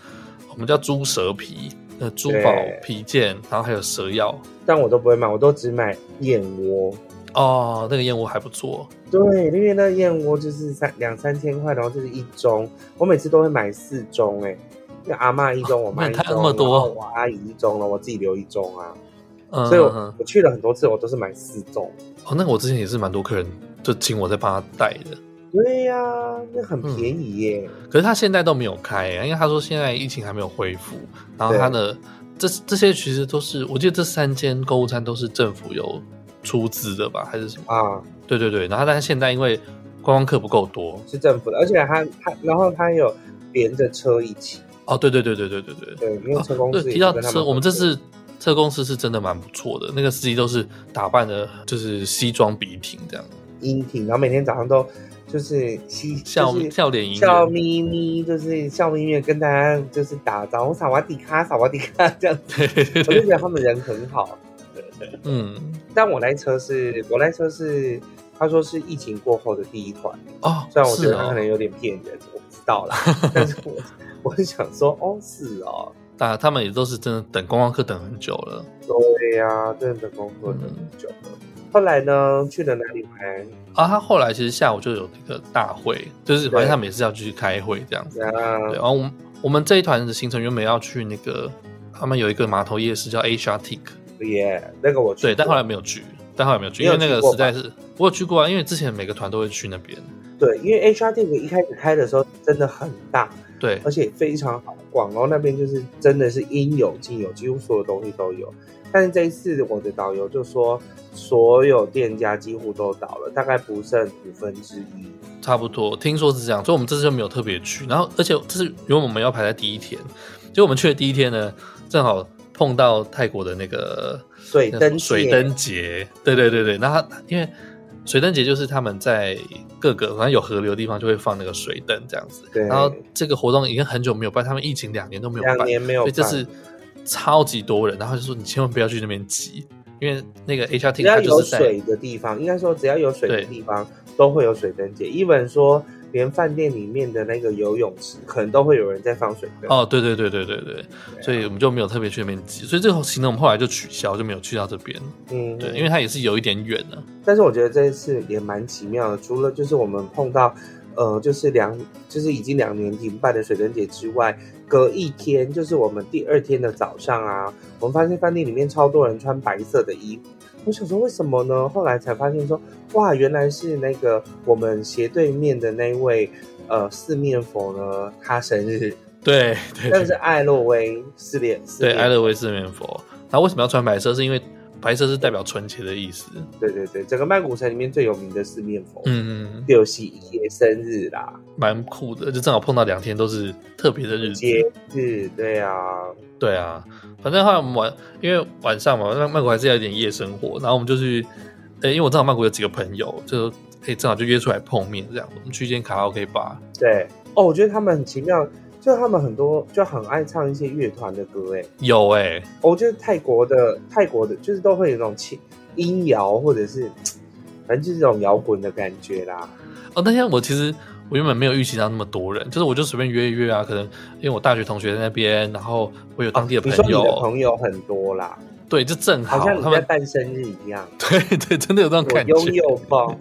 Speaker 1: 我们叫猪舌皮。呃，珠宝
Speaker 2: 对
Speaker 1: 皮件，然后还有蛇药，
Speaker 2: 但我都不会买，我都只买燕窝。
Speaker 1: 哦，那个燕窝还不错，
Speaker 2: 对，因为那燕窝就是三两三千块，然后就是一盅，我每次都会买四盅、欸，哎，那阿嬷一盅，我妈
Speaker 1: 那
Speaker 2: 一
Speaker 1: 你
Speaker 2: 盅，
Speaker 1: 看那么多
Speaker 2: 然后我阿姨一盅了，我自己留一盅啊，
Speaker 1: 嗯，
Speaker 2: 所以
Speaker 1: 嗯
Speaker 2: 我我去了很多次，我都是买四盅。
Speaker 1: 哦，那个我之前也是蛮多客人就请我在帮他带的，
Speaker 2: 对呀、那很
Speaker 1: 嗯
Speaker 2: 便宜耶、
Speaker 1: 可是他现在都没有开、因为他说现在疫情还没有恢复，然后他的这这些其实都是，我记得这三间购物餐都是政府有出资的吧，还是什么？
Speaker 2: 啊！
Speaker 1: 对对对，然后但是现在因为观光客不够多。
Speaker 2: 是政府的，而且它它然后它有连着车一起，
Speaker 1: 哦，对对对对对对对。
Speaker 2: 对，因为车公
Speaker 1: 哦对，
Speaker 2: 司也
Speaker 1: 提
Speaker 2: 是
Speaker 1: 到
Speaker 2: 跟他
Speaker 1: 车，我们这
Speaker 2: 合作
Speaker 1: 次车公司是真的蛮不错的，那个司机都是打扮的，就是西装笔挺这样，
Speaker 2: 音频，然后每天早上都就是嘻
Speaker 1: 笑
Speaker 2: 就是
Speaker 1: 笑脸迎
Speaker 2: 笑
Speaker 1: 人。。
Speaker 2: 眯眯，就是笑眯眯地跟大家就是打招呼，萨瓦迪卡，萨瓦迪卡这样
Speaker 1: 对对
Speaker 2: 我
Speaker 1: 对，
Speaker 2: 就觉得他们人很好，
Speaker 1: 嗯，
Speaker 2: 但我那车是我那车是他说是疫情过后的第一款，
Speaker 1: 哦，
Speaker 2: 虽然我觉
Speaker 1: 是
Speaker 2: 得他可能
Speaker 1: 哦，
Speaker 2: 有点骗人，我不知道啦，但是我 我是想说，哦，是哦，
Speaker 1: 大他们也都是真的等观光客等很久了。
Speaker 2: 对呀、真的工作等很久了。后来呢，去了哪里玩？
Speaker 1: 啊，他后来其实下午就有那个大会，就是反正他们也是要去开会这样子。对，
Speaker 2: 啊，
Speaker 1: 然后我们我们这一团的行程原本要去那个，他们有一个码头夜市叫 Asia Tic，
Speaker 2: 耶，那个我去过，
Speaker 1: 对，但后来没有去，但后来没有去，
Speaker 2: 你
Speaker 1: 因
Speaker 2: 有
Speaker 1: 为那个
Speaker 2: 去过
Speaker 1: 实在是我有去过啊，因为之前每个团都会去那边，
Speaker 2: 对，因为 HR 店一开始开的时候真的很大，
Speaker 1: 对，
Speaker 2: 而且也非常好逛，然后那边就是真的是应有尽有，几乎所有东西都有。但是这一次我的导游就说，所有店家几乎都倒了，大概不剩五分之一。
Speaker 1: 差不多，听说是这样，所以我们这次就没有特别去。然后，而且这是原本我们要排在第一天，结果我们去的第一天呢，正好碰到泰国的那个
Speaker 2: 水
Speaker 1: 那什么
Speaker 2: 灯
Speaker 1: 水
Speaker 2: 节
Speaker 1: 灯节，对对对对。那它因为水灯节就是他们在各个反正有河流的地方就会放那个水灯这样子。
Speaker 2: 对
Speaker 1: 然后这个活动已经很久没有办，他们疫情两年都没有办
Speaker 2: 两，年没有
Speaker 1: 所以
Speaker 2: 办，
Speaker 1: 这次超级多人。然后就说你千万不要去那边挤，因为那个 H R T
Speaker 2: 只要
Speaker 1: 它
Speaker 2: 有
Speaker 1: 就是在
Speaker 2: 水的地方，应该说只要有水的
Speaker 1: 对
Speaker 2: 地方都会有水灯节。一本说，连饭店里面的那个游泳池，可能都会有人在放水灯。
Speaker 1: 哦，对对对对对对，所以我们就没有特别去那边挤，所以这个行程我们后来就取消，就没有去到这边。
Speaker 2: 嗯，
Speaker 1: 对，因为它也是有一点远啊了、
Speaker 2: 但是我觉得这一次也蛮奇妙的，除了就是我们碰到，呃，就是两就是已经两年停办的水灯节之外，隔一天就是我们第二天的早上啊，我们发现饭店里面超多人穿白色的衣服。我想说为什么呢？后来才发现说，哇，原来是那个我们斜对面的那位呃四面佛呢，他生日，
Speaker 1: 对对
Speaker 2: 但是
Speaker 1: 对
Speaker 2: 艾洛威四连四
Speaker 1: 对，
Speaker 2: 面
Speaker 1: 埃勒维斯面佛，他为什么要穿白色？是因为白色是代表纯洁的意思。
Speaker 2: 对对对，整个曼谷城里面最有名的四面佛，
Speaker 1: 嗯，
Speaker 2: 六喜一爷生日啦。
Speaker 1: 蛮酷的，就正好碰到两天都是特别的日子。
Speaker 2: 节日，对啊，
Speaker 1: 对啊，反正后来我们晚，因为晚上嘛，曼曼谷还是要有点夜生活，然后我们就去，诶、因为我正好曼谷有几个朋友，就诶、正好就约出来碰面这样，我们去一间卡拉 OK 吧。
Speaker 2: 对哦，我觉得他们很奇妙，就他们很多就很爱唱一些乐团的歌，哎，
Speaker 1: 有诶、
Speaker 2: 我觉得泰国的泰国的，就是都会有一种轻音摇或者是反正就是这种摇滚的感觉啦，
Speaker 1: 哦，那天我其实我原本没有预期到那么多人，就是我就随便约一约啊，可能因为我大学同学在那边，然后我有当地的
Speaker 2: 哦你说
Speaker 1: 朋
Speaker 2: 你
Speaker 1: 友，
Speaker 2: 的朋友很多啦，
Speaker 1: 对，就正
Speaker 2: 好
Speaker 1: 好
Speaker 2: 像
Speaker 1: 他
Speaker 2: 你在
Speaker 1: 们
Speaker 2: 办生日一样，
Speaker 1: 对对，真的有这种
Speaker 2: 我
Speaker 1: 感
Speaker 2: 拥
Speaker 1: 觉。
Speaker 2: 有包，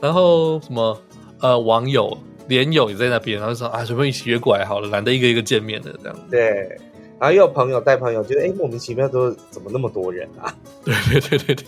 Speaker 1: 然后什么呃网友连友也在那边，然后就说啊，随便一起约过来好了，懒得一个一个见面的这 样。
Speaker 2: 对。然后又有朋友带朋友，觉得哎，莫名其妙都怎么那么多人啊？
Speaker 1: 对对对对对，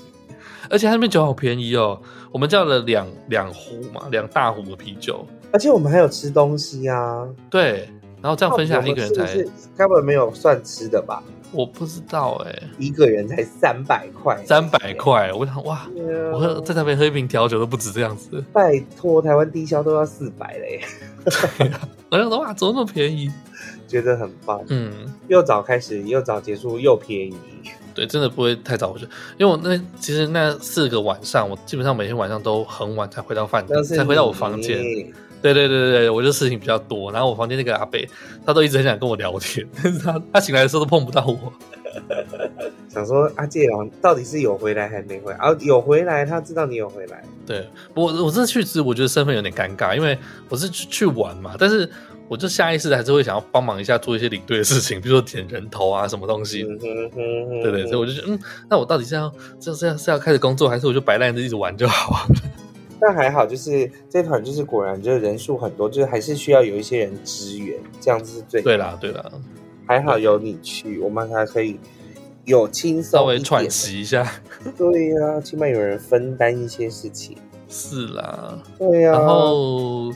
Speaker 1: 而且他那边酒好便宜哦，我们叫了两两壶嘛，两大壶的啤酒，
Speaker 2: 而且我们还有吃东西啊，
Speaker 1: 对。然后这样分下来，一个人才
Speaker 2: 哦我们是不是根本没有算吃的吧？
Speaker 1: 我不知道哎、
Speaker 2: 一个人才三百块，呃
Speaker 1: 三百，块，我想哇，我喝在那边喝一瓶调酒都不止这样子，
Speaker 2: 拜托，台湾低消都要四百嘞，
Speaker 1: 我想说哇，怎么那么便宜？
Speaker 2: 觉得很棒。
Speaker 1: 嗯，
Speaker 2: 又早开始，又早结束，又便宜。
Speaker 1: 对，真的不会太早回去，因为我那其实那四个晚上，我基本上每天晚上都很晚才回到饭店，
Speaker 2: 但是
Speaker 1: 才回到我房间。对对对对对，我就事情比较多，然后我房间那个阿贝，他都一直很想跟我聊天，但是他他醒来的时候都碰不到我。
Speaker 2: 你想说啊阿介郎到底是有回来还没回来？啊，有回来，他知道你有回来。
Speaker 1: 对我，我这次去其实我觉得身份有点尴尬，因为我是去去玩嘛，但是我就下意识的还是会想要帮忙一下做一些领队的事情，比如说捡人头啊，什么东西。
Speaker 2: 嗯哼哼哼，
Speaker 1: 对对，所以我就觉得，嗯，那我到底是要这是要是要开始工作，还是我就摆烂着一直玩就好啊？
Speaker 2: 但还好，就是这团就是果然就是人数很多，就是还是需要有一些人支援，这样子是最
Speaker 1: 对啦，对啦，
Speaker 2: 还好有你去，我们还可以有轻松
Speaker 1: 稍微
Speaker 2: 一点
Speaker 1: 喘。息一下，
Speaker 2: 对呀、起码有人分担一些事情。
Speaker 1: 是啦。
Speaker 2: 对啊呀、
Speaker 1: 然后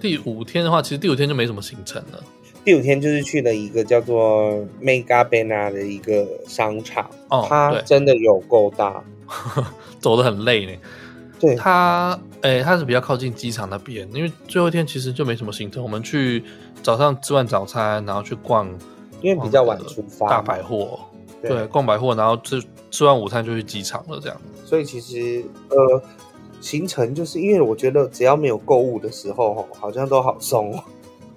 Speaker 1: 第五天的话，其实第五天就没什么行程了。
Speaker 2: 第五天就是去了一个叫做 Mega Bena 的一个商场，
Speaker 1: 哦，
Speaker 2: 它
Speaker 1: 对，
Speaker 2: 真的有够大，
Speaker 1: 走得很累呢。
Speaker 2: 对
Speaker 1: 它，诶、它是比较靠近机场那边，因为最后一天其实就没什么行程，我们去早上吃完早餐，然后去逛
Speaker 2: 因为比较晚出发嘛
Speaker 1: 大百货，
Speaker 2: 对
Speaker 1: 对，逛百货，然后吃吃完午餐就去机场了，这样。
Speaker 2: 所以其实呃，行程就是因为我觉得只要没有购物的时候，哦好像都好松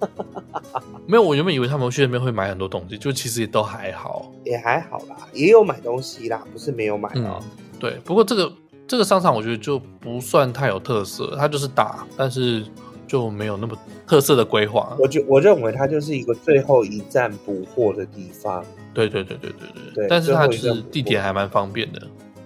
Speaker 2: 哦，
Speaker 1: 没有，我原本以为他们去那边会买很多东西，就其实也都还好。
Speaker 2: 也还好啦，也有买东西啦，不是没有买
Speaker 1: 嗯，
Speaker 2: 哦。
Speaker 1: 对。不过这个这个商场我觉得就不算太有特色，它就是大，但是就没有那么特色的规划。
Speaker 2: 我觉我认为它就是一个最后一站补货的地方。
Speaker 1: 对对对对对对。
Speaker 2: 对
Speaker 1: 但是它就
Speaker 2: 最后一
Speaker 1: 是
Speaker 2: 站
Speaker 1: 地点还蛮方便的。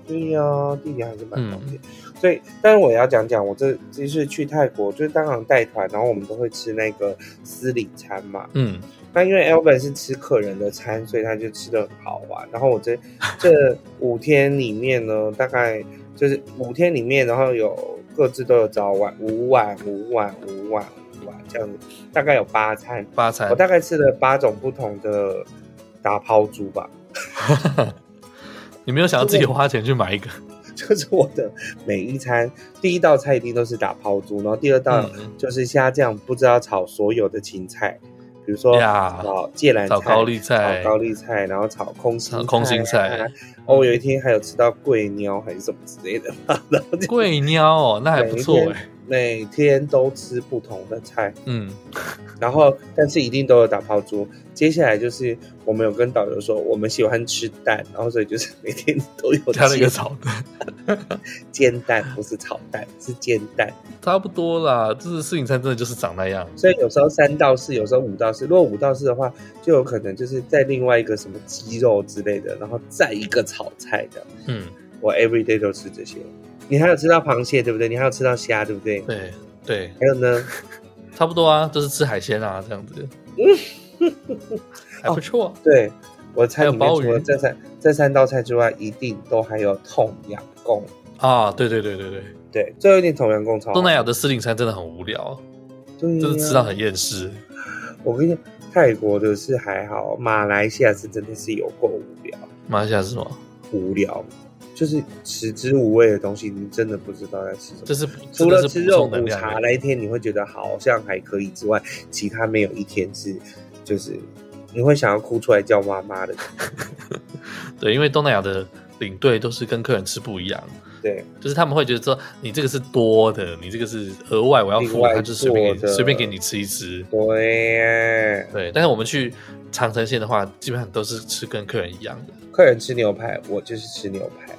Speaker 2: 对呀、地点还是蛮方便。所以，但是我也要讲讲，我这这次去泰国，就是当场带团，然后我们都会吃那个司礼餐嘛。
Speaker 1: 嗯，
Speaker 2: 那因为 Elvin 是吃客人的餐，所以他就吃的很好玩。然后我这这五天里面呢，大概就是五天里面，然后有各自都有早晚五晚五晚五晚五晚这样子，大概有八餐。
Speaker 1: 八餐
Speaker 2: 我。大概吃了八种不同的打抛猪吧，
Speaker 1: 你没有想要自己花钱去买一个？
Speaker 2: 就是我的每一餐第一道菜一定都是打抛猪，然后第二道
Speaker 1: 嗯，
Speaker 2: 就是虾酱，不知道炒所有的芹菜，比如说
Speaker 1: 呀
Speaker 2: 炒芥蓝菜、
Speaker 1: 炒高丽菜
Speaker 2: 炒高丽菜，然后炒空心
Speaker 1: 炒空心嗯
Speaker 2: 菜啊。哦，我有一天还有吃到桂鸟还是什么之类的，然后就
Speaker 1: 贵妞哦，那还不错哎、
Speaker 2: 每天都吃不同的菜，
Speaker 1: 嗯，
Speaker 2: 然后但是一定都有打泡猪。接下来就是我们有跟导游说我们喜欢吃蛋，然后所以就是每天都有
Speaker 1: 加了一个
Speaker 2: 煎
Speaker 1: 炒的，
Speaker 2: 煎蛋，不是炒蛋，是煎蛋。
Speaker 1: 差不多啦。就是摄影餐真的就是长那样。
Speaker 2: 所以有时候三到四，有时候五到四。如果五到四的话，就有可能就是在另外一个什么鸡肉之类的，然后再一个炒菜的。
Speaker 1: 嗯，
Speaker 2: 我 every day 都吃这些。你还有吃到螃蟹对不对？你还有吃到虾对不对？
Speaker 1: 对对，
Speaker 2: 还有呢，
Speaker 1: 差不多啊，就是吃海鲜啊这样子，
Speaker 2: 嗯
Speaker 1: 还不错、啊
Speaker 2: 对我菜里
Speaker 1: 还
Speaker 2: 面
Speaker 1: 有鲍鱼
Speaker 2: 除了这三这三道菜之外，一定都还有痛洋贡。
Speaker 1: 啊。对对对对对，
Speaker 2: 对，最后一点痛洋贡超好
Speaker 1: 东南亚的司令餐真的很无聊，
Speaker 2: 对、啊
Speaker 1: 就是吃到。很厌世。
Speaker 2: 我跟你讲，泰国的是还好，马来西亚是真的是有够无聊。
Speaker 1: 马来西亚是什么？
Speaker 2: 无聊，就是食之无味的东西，你真的不知道在吃什
Speaker 1: 这
Speaker 2: 么。
Speaker 1: 是这
Speaker 2: 除了
Speaker 1: 个是
Speaker 2: 吃
Speaker 1: 补
Speaker 2: 肉
Speaker 1: 充
Speaker 2: 骨
Speaker 1: 能量
Speaker 2: 茶
Speaker 1: 的。
Speaker 2: 那一天你会觉得好像还可以之外，其他没有一天是就是你会想要哭出来叫妈妈的。
Speaker 1: 对，因为东南亚的领队都是跟客人吃不一样，
Speaker 2: 对，
Speaker 1: 就是他们会觉得说你这个是多的，你这个是额外我要
Speaker 2: 另
Speaker 1: 付，
Speaker 2: 外
Speaker 1: 他就随便给
Speaker 2: 做
Speaker 1: 你
Speaker 2: 的
Speaker 1: 随便给你吃一吃。
Speaker 2: 对耶，
Speaker 1: 对，但是我们去长城线的话，基本上都是吃跟客人一样的
Speaker 2: 客人吃牛排，我就是吃牛排；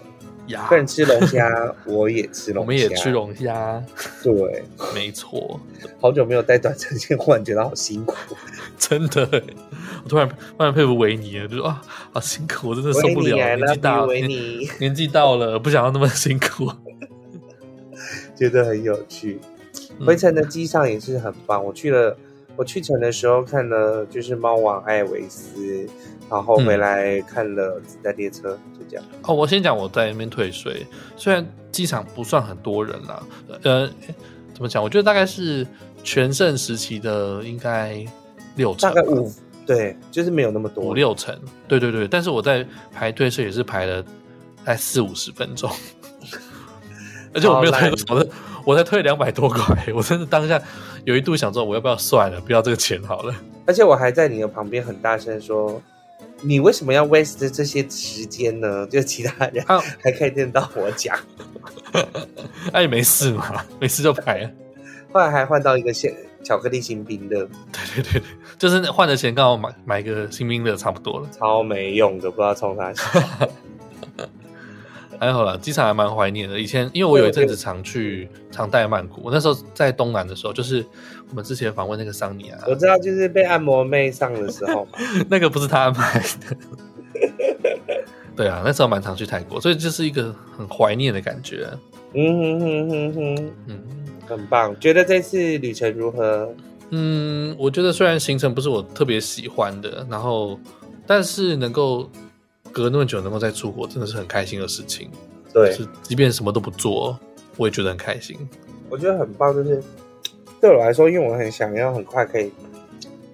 Speaker 1: 呀
Speaker 2: 客。人吃龙虾，我也吃龙虾。
Speaker 1: 我们也吃。龙虾，
Speaker 2: 对，
Speaker 1: 没错，
Speaker 2: 好久没有带短程线，忽然觉得好辛苦。
Speaker 1: 真的欸。我突然突然佩服维尼了，就说啊，好辛苦，我真的受
Speaker 2: 维
Speaker 1: 不
Speaker 2: 尼
Speaker 1: 了，
Speaker 2: 啊，I
Speaker 1: 年纪大
Speaker 2: love you，
Speaker 1: 了，
Speaker 2: 维
Speaker 1: 年
Speaker 2: 尼，
Speaker 1: 年纪到了，不想要那么辛 苦。
Speaker 2: 觉得很有趣。
Speaker 1: 嗯
Speaker 2: 回程的机上也是很棒。我去了，我去程的时候看了就是《猫王艾维斯》，然后
Speaker 1: 嗯
Speaker 2: 回来看了《子弹列车》，就这样。
Speaker 1: 哦，我先讲我在那边退税，虽然机场不算很多人啦，呃，诶怎么讲？我觉得大概是全盛时期的应该六成
Speaker 2: 大
Speaker 1: 吧，
Speaker 2: 概五，对，就是没有那么多。
Speaker 1: 五六成，对对对。但是我在排退税也是排了大概四五十分钟， 而且我没有退多少，
Speaker 2: 超
Speaker 1: 我在我才退两百多块，我真的当下有一度想说我要不要算了，不要这个钱好了。
Speaker 2: 而且我还在你的旁边很大声说：“你为什么要 waste 这些时间呢？” 就其他人
Speaker 1: 啊，
Speaker 2: 还可以听到我讲。
Speaker 1: 哎、也没事嘛，没事就排啊。
Speaker 2: 后来还换到一个现巧克力新冰乐，
Speaker 1: 对对对对，就是换的钱刚好买买个新兵的差不多了。
Speaker 2: 超没用的，不知道冲 他笑。
Speaker 1: 还好啦，机场还蛮怀念的。以前因为我有一阵子常去常待曼谷，我那时候在东南的时候，就是我们之前访问那个桑尼亚，
Speaker 2: 我知道，就是被按摩妹上的时候嘛。
Speaker 1: 那个不是他安排的。 对啊，那时候蛮常去泰国，所以就是一个很怀念的感觉。啊
Speaker 2: 嗯哼哼哼哼。
Speaker 1: 嗯
Speaker 2: 很棒，觉得这次旅程如何？
Speaker 1: 嗯，我觉得虽然行程不是我特别喜欢的，然后但是能够隔那么久能够再出国，真的是很开心的事情。就
Speaker 2: 对，
Speaker 1: 是即便什么都不做，我也觉得很开心。
Speaker 2: 我觉得很棒，就是对我来说，因为我很想要很快可以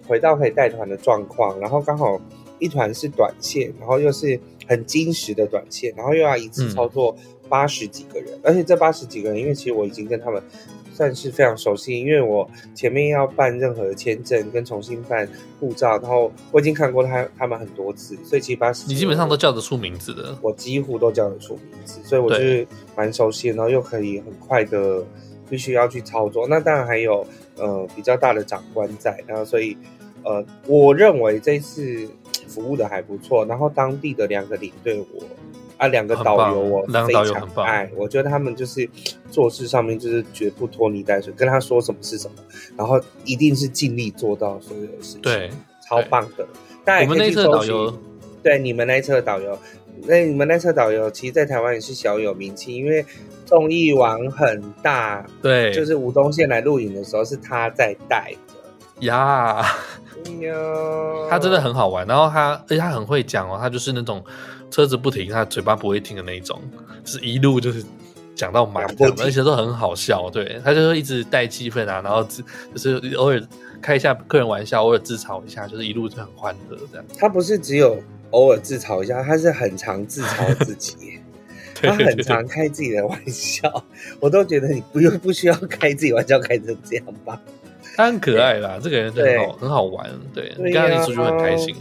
Speaker 2: 回到可以带团的状况，然后刚好一团是短线，然后又是很精实的短线，然后又要一次操作
Speaker 1: 嗯
Speaker 2: 八十几个人，而且这八十几个人，因为其实我已经跟他们算是非常熟悉，因为我前面要办任何的签证跟重新办护照，然后我已经看过他他们很多次，所以其实八十
Speaker 1: 你基本上都叫得出名字的。
Speaker 2: 我几乎都叫得出名字，所以我就是蛮熟悉的，然后又可以很快的必须要去操作。那当然还有呃比较大的长官在，然后所以呃我认为这次服务的还不错，然后当地的两个领队我啊两个导游
Speaker 1: 很棒
Speaker 2: 我
Speaker 1: 两个
Speaker 2: 非
Speaker 1: 导游
Speaker 2: 常
Speaker 1: 很棒
Speaker 2: 爱，我觉得他们就是做事上面就是绝不拖泥带水，跟他说什么是什么，然后一定是尽力做到所有的事情，
Speaker 1: 对，
Speaker 2: 超棒的。大家也
Speaker 1: 我们
Speaker 2: 可以
Speaker 1: 那
Speaker 2: 去
Speaker 1: 侧导
Speaker 2: 搜寻
Speaker 1: 游
Speaker 2: 对你们那一侧的导游，那你们那一侧导游其实，在台湾也是小有名气，因为综艺网很大，
Speaker 1: 对，
Speaker 2: 就是吴宗宪来录影的时候是他在带的。
Speaker 1: 呀，
Speaker 2: 哎呦
Speaker 1: 他真的很好玩。然后他，而且他很会讲哦，他就是那种车子不停，他嘴巴不会停的那一种，就是一路就是讲到满这
Speaker 2: 讲不
Speaker 1: 样
Speaker 2: 停
Speaker 1: 而且都很好笑。对，他就会一直带气氛啊，然后自就是偶尔开一下客人玩笑，偶尔自嘲一下，就是一路就很欢乐这样。
Speaker 2: 他不是只有偶尔自嘲一下，他是很常自嘲自己，
Speaker 1: 对
Speaker 2: 他
Speaker 1: 对
Speaker 2: 很
Speaker 1: 对
Speaker 2: 常开自己的玩笑，我都觉得你不用不需要开自己玩笑开成这样吧。
Speaker 1: 他很可爱啦，这个人真的很好，很好玩。对，
Speaker 2: 对
Speaker 1: 跟他一
Speaker 2: 呀
Speaker 1: 起出去会很开心。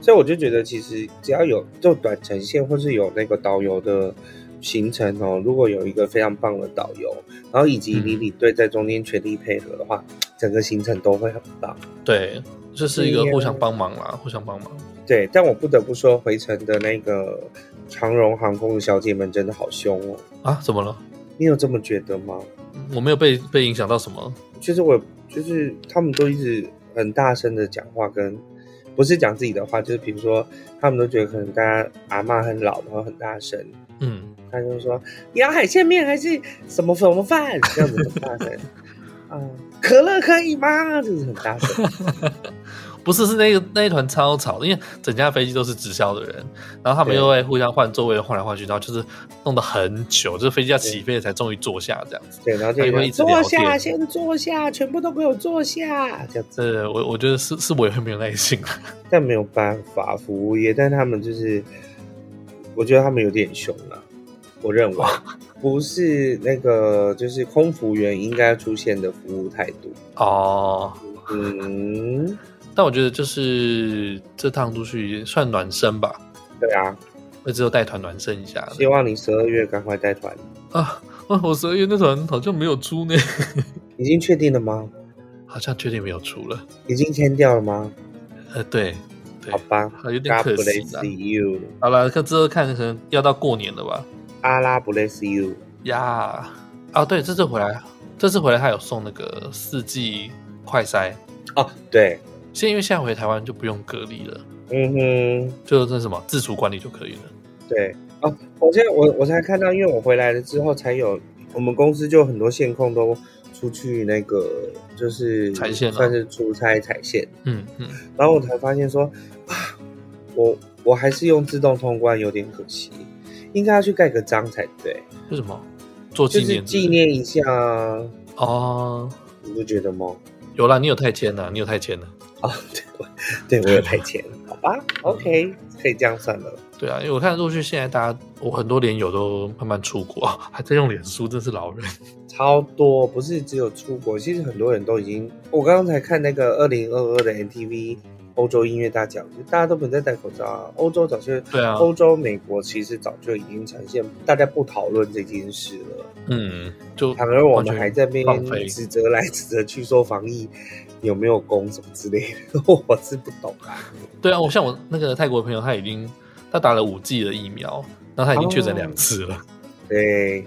Speaker 2: 所以我就觉得，其实只要有就短程线或是有那个导游的行程哦，如果有一个非常棒的导游，然后以及
Speaker 1: 嗯
Speaker 2: 你领队在中间全力配合的话，整个行程都会很棒。
Speaker 1: 对，这是一个
Speaker 2: 对呀
Speaker 1: 互相帮忙啦，互相帮忙。
Speaker 2: 对，但我不得不说，回程的那个长荣航空的小姐们真的好凶哦，
Speaker 1: 啊，怎么了？
Speaker 2: 你有这么觉得吗？
Speaker 1: 我没有被被影响到什么。
Speaker 2: 就是我就是他们都一直很大声的讲话跟。不是讲自己的话，就是比如说，他们都觉得可能大家阿嬷很老，然后很大声，
Speaker 1: 嗯，
Speaker 2: 他就说你要海鲜面还是什么什么饭，这样子很大声。啊、可乐可以吗？就是很大声。
Speaker 1: 不是，是那个那一团超吵的，因为整架飞机都是直销的人，然后他们
Speaker 2: 对
Speaker 1: 又会互相换座位，换来换去，然后就是弄得很久，就是飞机要起飞了才终于坐下这样子。
Speaker 2: 对，然后就
Speaker 1: 他们
Speaker 2: 有
Speaker 1: 一
Speaker 2: 人
Speaker 1: 直聊
Speaker 2: 坐
Speaker 1: 天
Speaker 2: 下，先坐下，全部都给我坐下，这样子。
Speaker 1: 呃，我我觉得是是我也会没有耐心，啊
Speaker 2: 但没有办法，服务业，但他们就是，我觉得他们有点凶了、我认为不是那个就是空服员应该出现的服务态度。
Speaker 1: 哦。
Speaker 2: 嗯，
Speaker 1: 但我觉得就是这趟出去算暖身吧，
Speaker 2: 对啊，
Speaker 1: 我只有带团暖身一下
Speaker 2: 希望你十二月赶快带团，
Speaker 1: 啊。啊，我十二月那团好像没有出呢，
Speaker 2: 已经确定了吗？
Speaker 1: 好像确定没有出了。
Speaker 2: 已经签掉了吗？
Speaker 1: 呃，对，对
Speaker 2: 好，吧
Speaker 1: 啊有点
Speaker 2: ，God
Speaker 1: 可惜啦
Speaker 2: bless。you，
Speaker 1: 好了，看之后看可能要到过年了吧。
Speaker 2: 阿拉 bless you。
Speaker 1: 呀，啊，对，这次回来，这次回来他有送那个四季快筛，
Speaker 2: 哦，对，
Speaker 1: 现在因为现在回台湾就不用隔离了，
Speaker 2: 嗯哼，
Speaker 1: 就那什么自主管理就可以了。
Speaker 2: 对。哦，我现在我我才看到，因为我回来了之后才有，我们公司就很多线控都出去那个就是
Speaker 1: 踩线啊
Speaker 2: 算是出差踩线，
Speaker 1: 嗯嗯，
Speaker 2: 然后我才发现说啊，我我还是用自动通关有点可惜，应该要去盖个章才对，
Speaker 1: 为什么？做
Speaker 2: 就
Speaker 1: 纪
Speaker 2: 是
Speaker 1: 念
Speaker 2: 纪念一下啊，
Speaker 1: 哦，
Speaker 2: 你不觉得吗？
Speaker 1: 有啦，你有太签啦，你有太签了。
Speaker 2: 啊、对，对我有太浅了，好吧，OK，可以这样算了。
Speaker 1: 对啊，因为我看陆续现在大家，我很多连友都慢慢出国， 还在用脸书，真是老人。
Speaker 2: 超多，不是只有出国，其实很多人都已经，我刚才看那个二零二二的 NTV 欧洲音乐大奖，就大家都没在戴口罩啊。欧洲早就，
Speaker 1: 对啊
Speaker 2: 欧洲、美国其实早就已经呈现大家不讨论这件事了，
Speaker 1: 嗯，就
Speaker 2: 反而我
Speaker 1: 完
Speaker 2: 们
Speaker 1: 全
Speaker 2: 还在那
Speaker 1: 放飞
Speaker 2: 边指责来指责去说防疫有没有功什么之类的， 我是不懂啊。
Speaker 1: 对啊，我像我那个泰国朋友，他已经他打了五剂的疫苗，然后他已经确
Speaker 2: 哦
Speaker 1: 诊两次了。
Speaker 2: 对，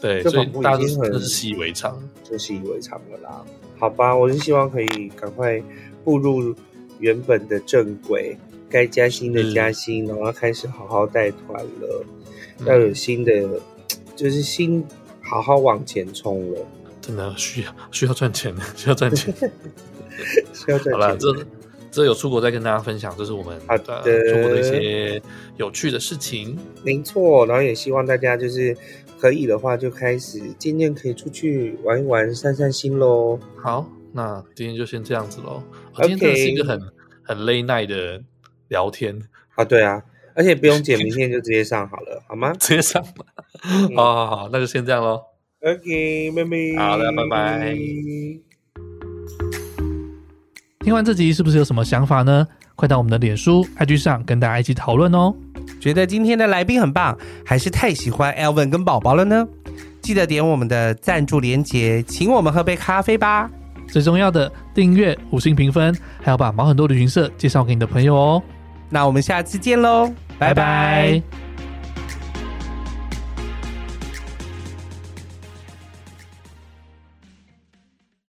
Speaker 1: 对，
Speaker 2: 这
Speaker 1: 所以
Speaker 2: 仿佛已
Speaker 1: 大家
Speaker 2: 经很嗯
Speaker 1: 都是习以为常。
Speaker 2: 就习以为常了啦。好吧，我是希望可以赶快步入原本的正轨，该加薪的加薪，然后开始好好带团了，
Speaker 1: 嗯
Speaker 2: 要有新的，就是新好好往前冲了，
Speaker 1: 真的需要 需要赚钱，需要赚钱。
Speaker 2: 是要赚
Speaker 1: 好了，这
Speaker 2: 钱。
Speaker 1: 这有出国再跟大家分享，这是我们
Speaker 2: 好
Speaker 1: 呃
Speaker 2: 的
Speaker 1: 出国的一些有趣的事情。
Speaker 2: 没错，然后也希望大家就是可以的话，就开始渐渐可以出去玩一玩，散散心喽。
Speaker 1: 哦好，那今天就先这样子喽。我今天真的是一个很很 late night 的聊天，
Speaker 3: 啊，对啊，而且不用剪，明天就直接上好了，好吗
Speaker 1: 直接上吧。
Speaker 2: 嗯
Speaker 1: 好好好，那就先这样喽。
Speaker 3: ？OK，拜拜。
Speaker 1: 好的拜拜听完这集是不是有什么想法呢？快到我们的脸书、IG 上跟大家一起讨论哦。
Speaker 2: 觉得今天的来宾很棒，还是太喜欢 Elvin 跟宝宝了呢？记得点我们的赞助连结，请我们喝杯咖啡吧。
Speaker 1: 最重要的，订阅、五星评分，还要把毛很多旅行社介绍给你的朋友哦。
Speaker 2: 那我们下次见喽，拜拜
Speaker 1: 拜拜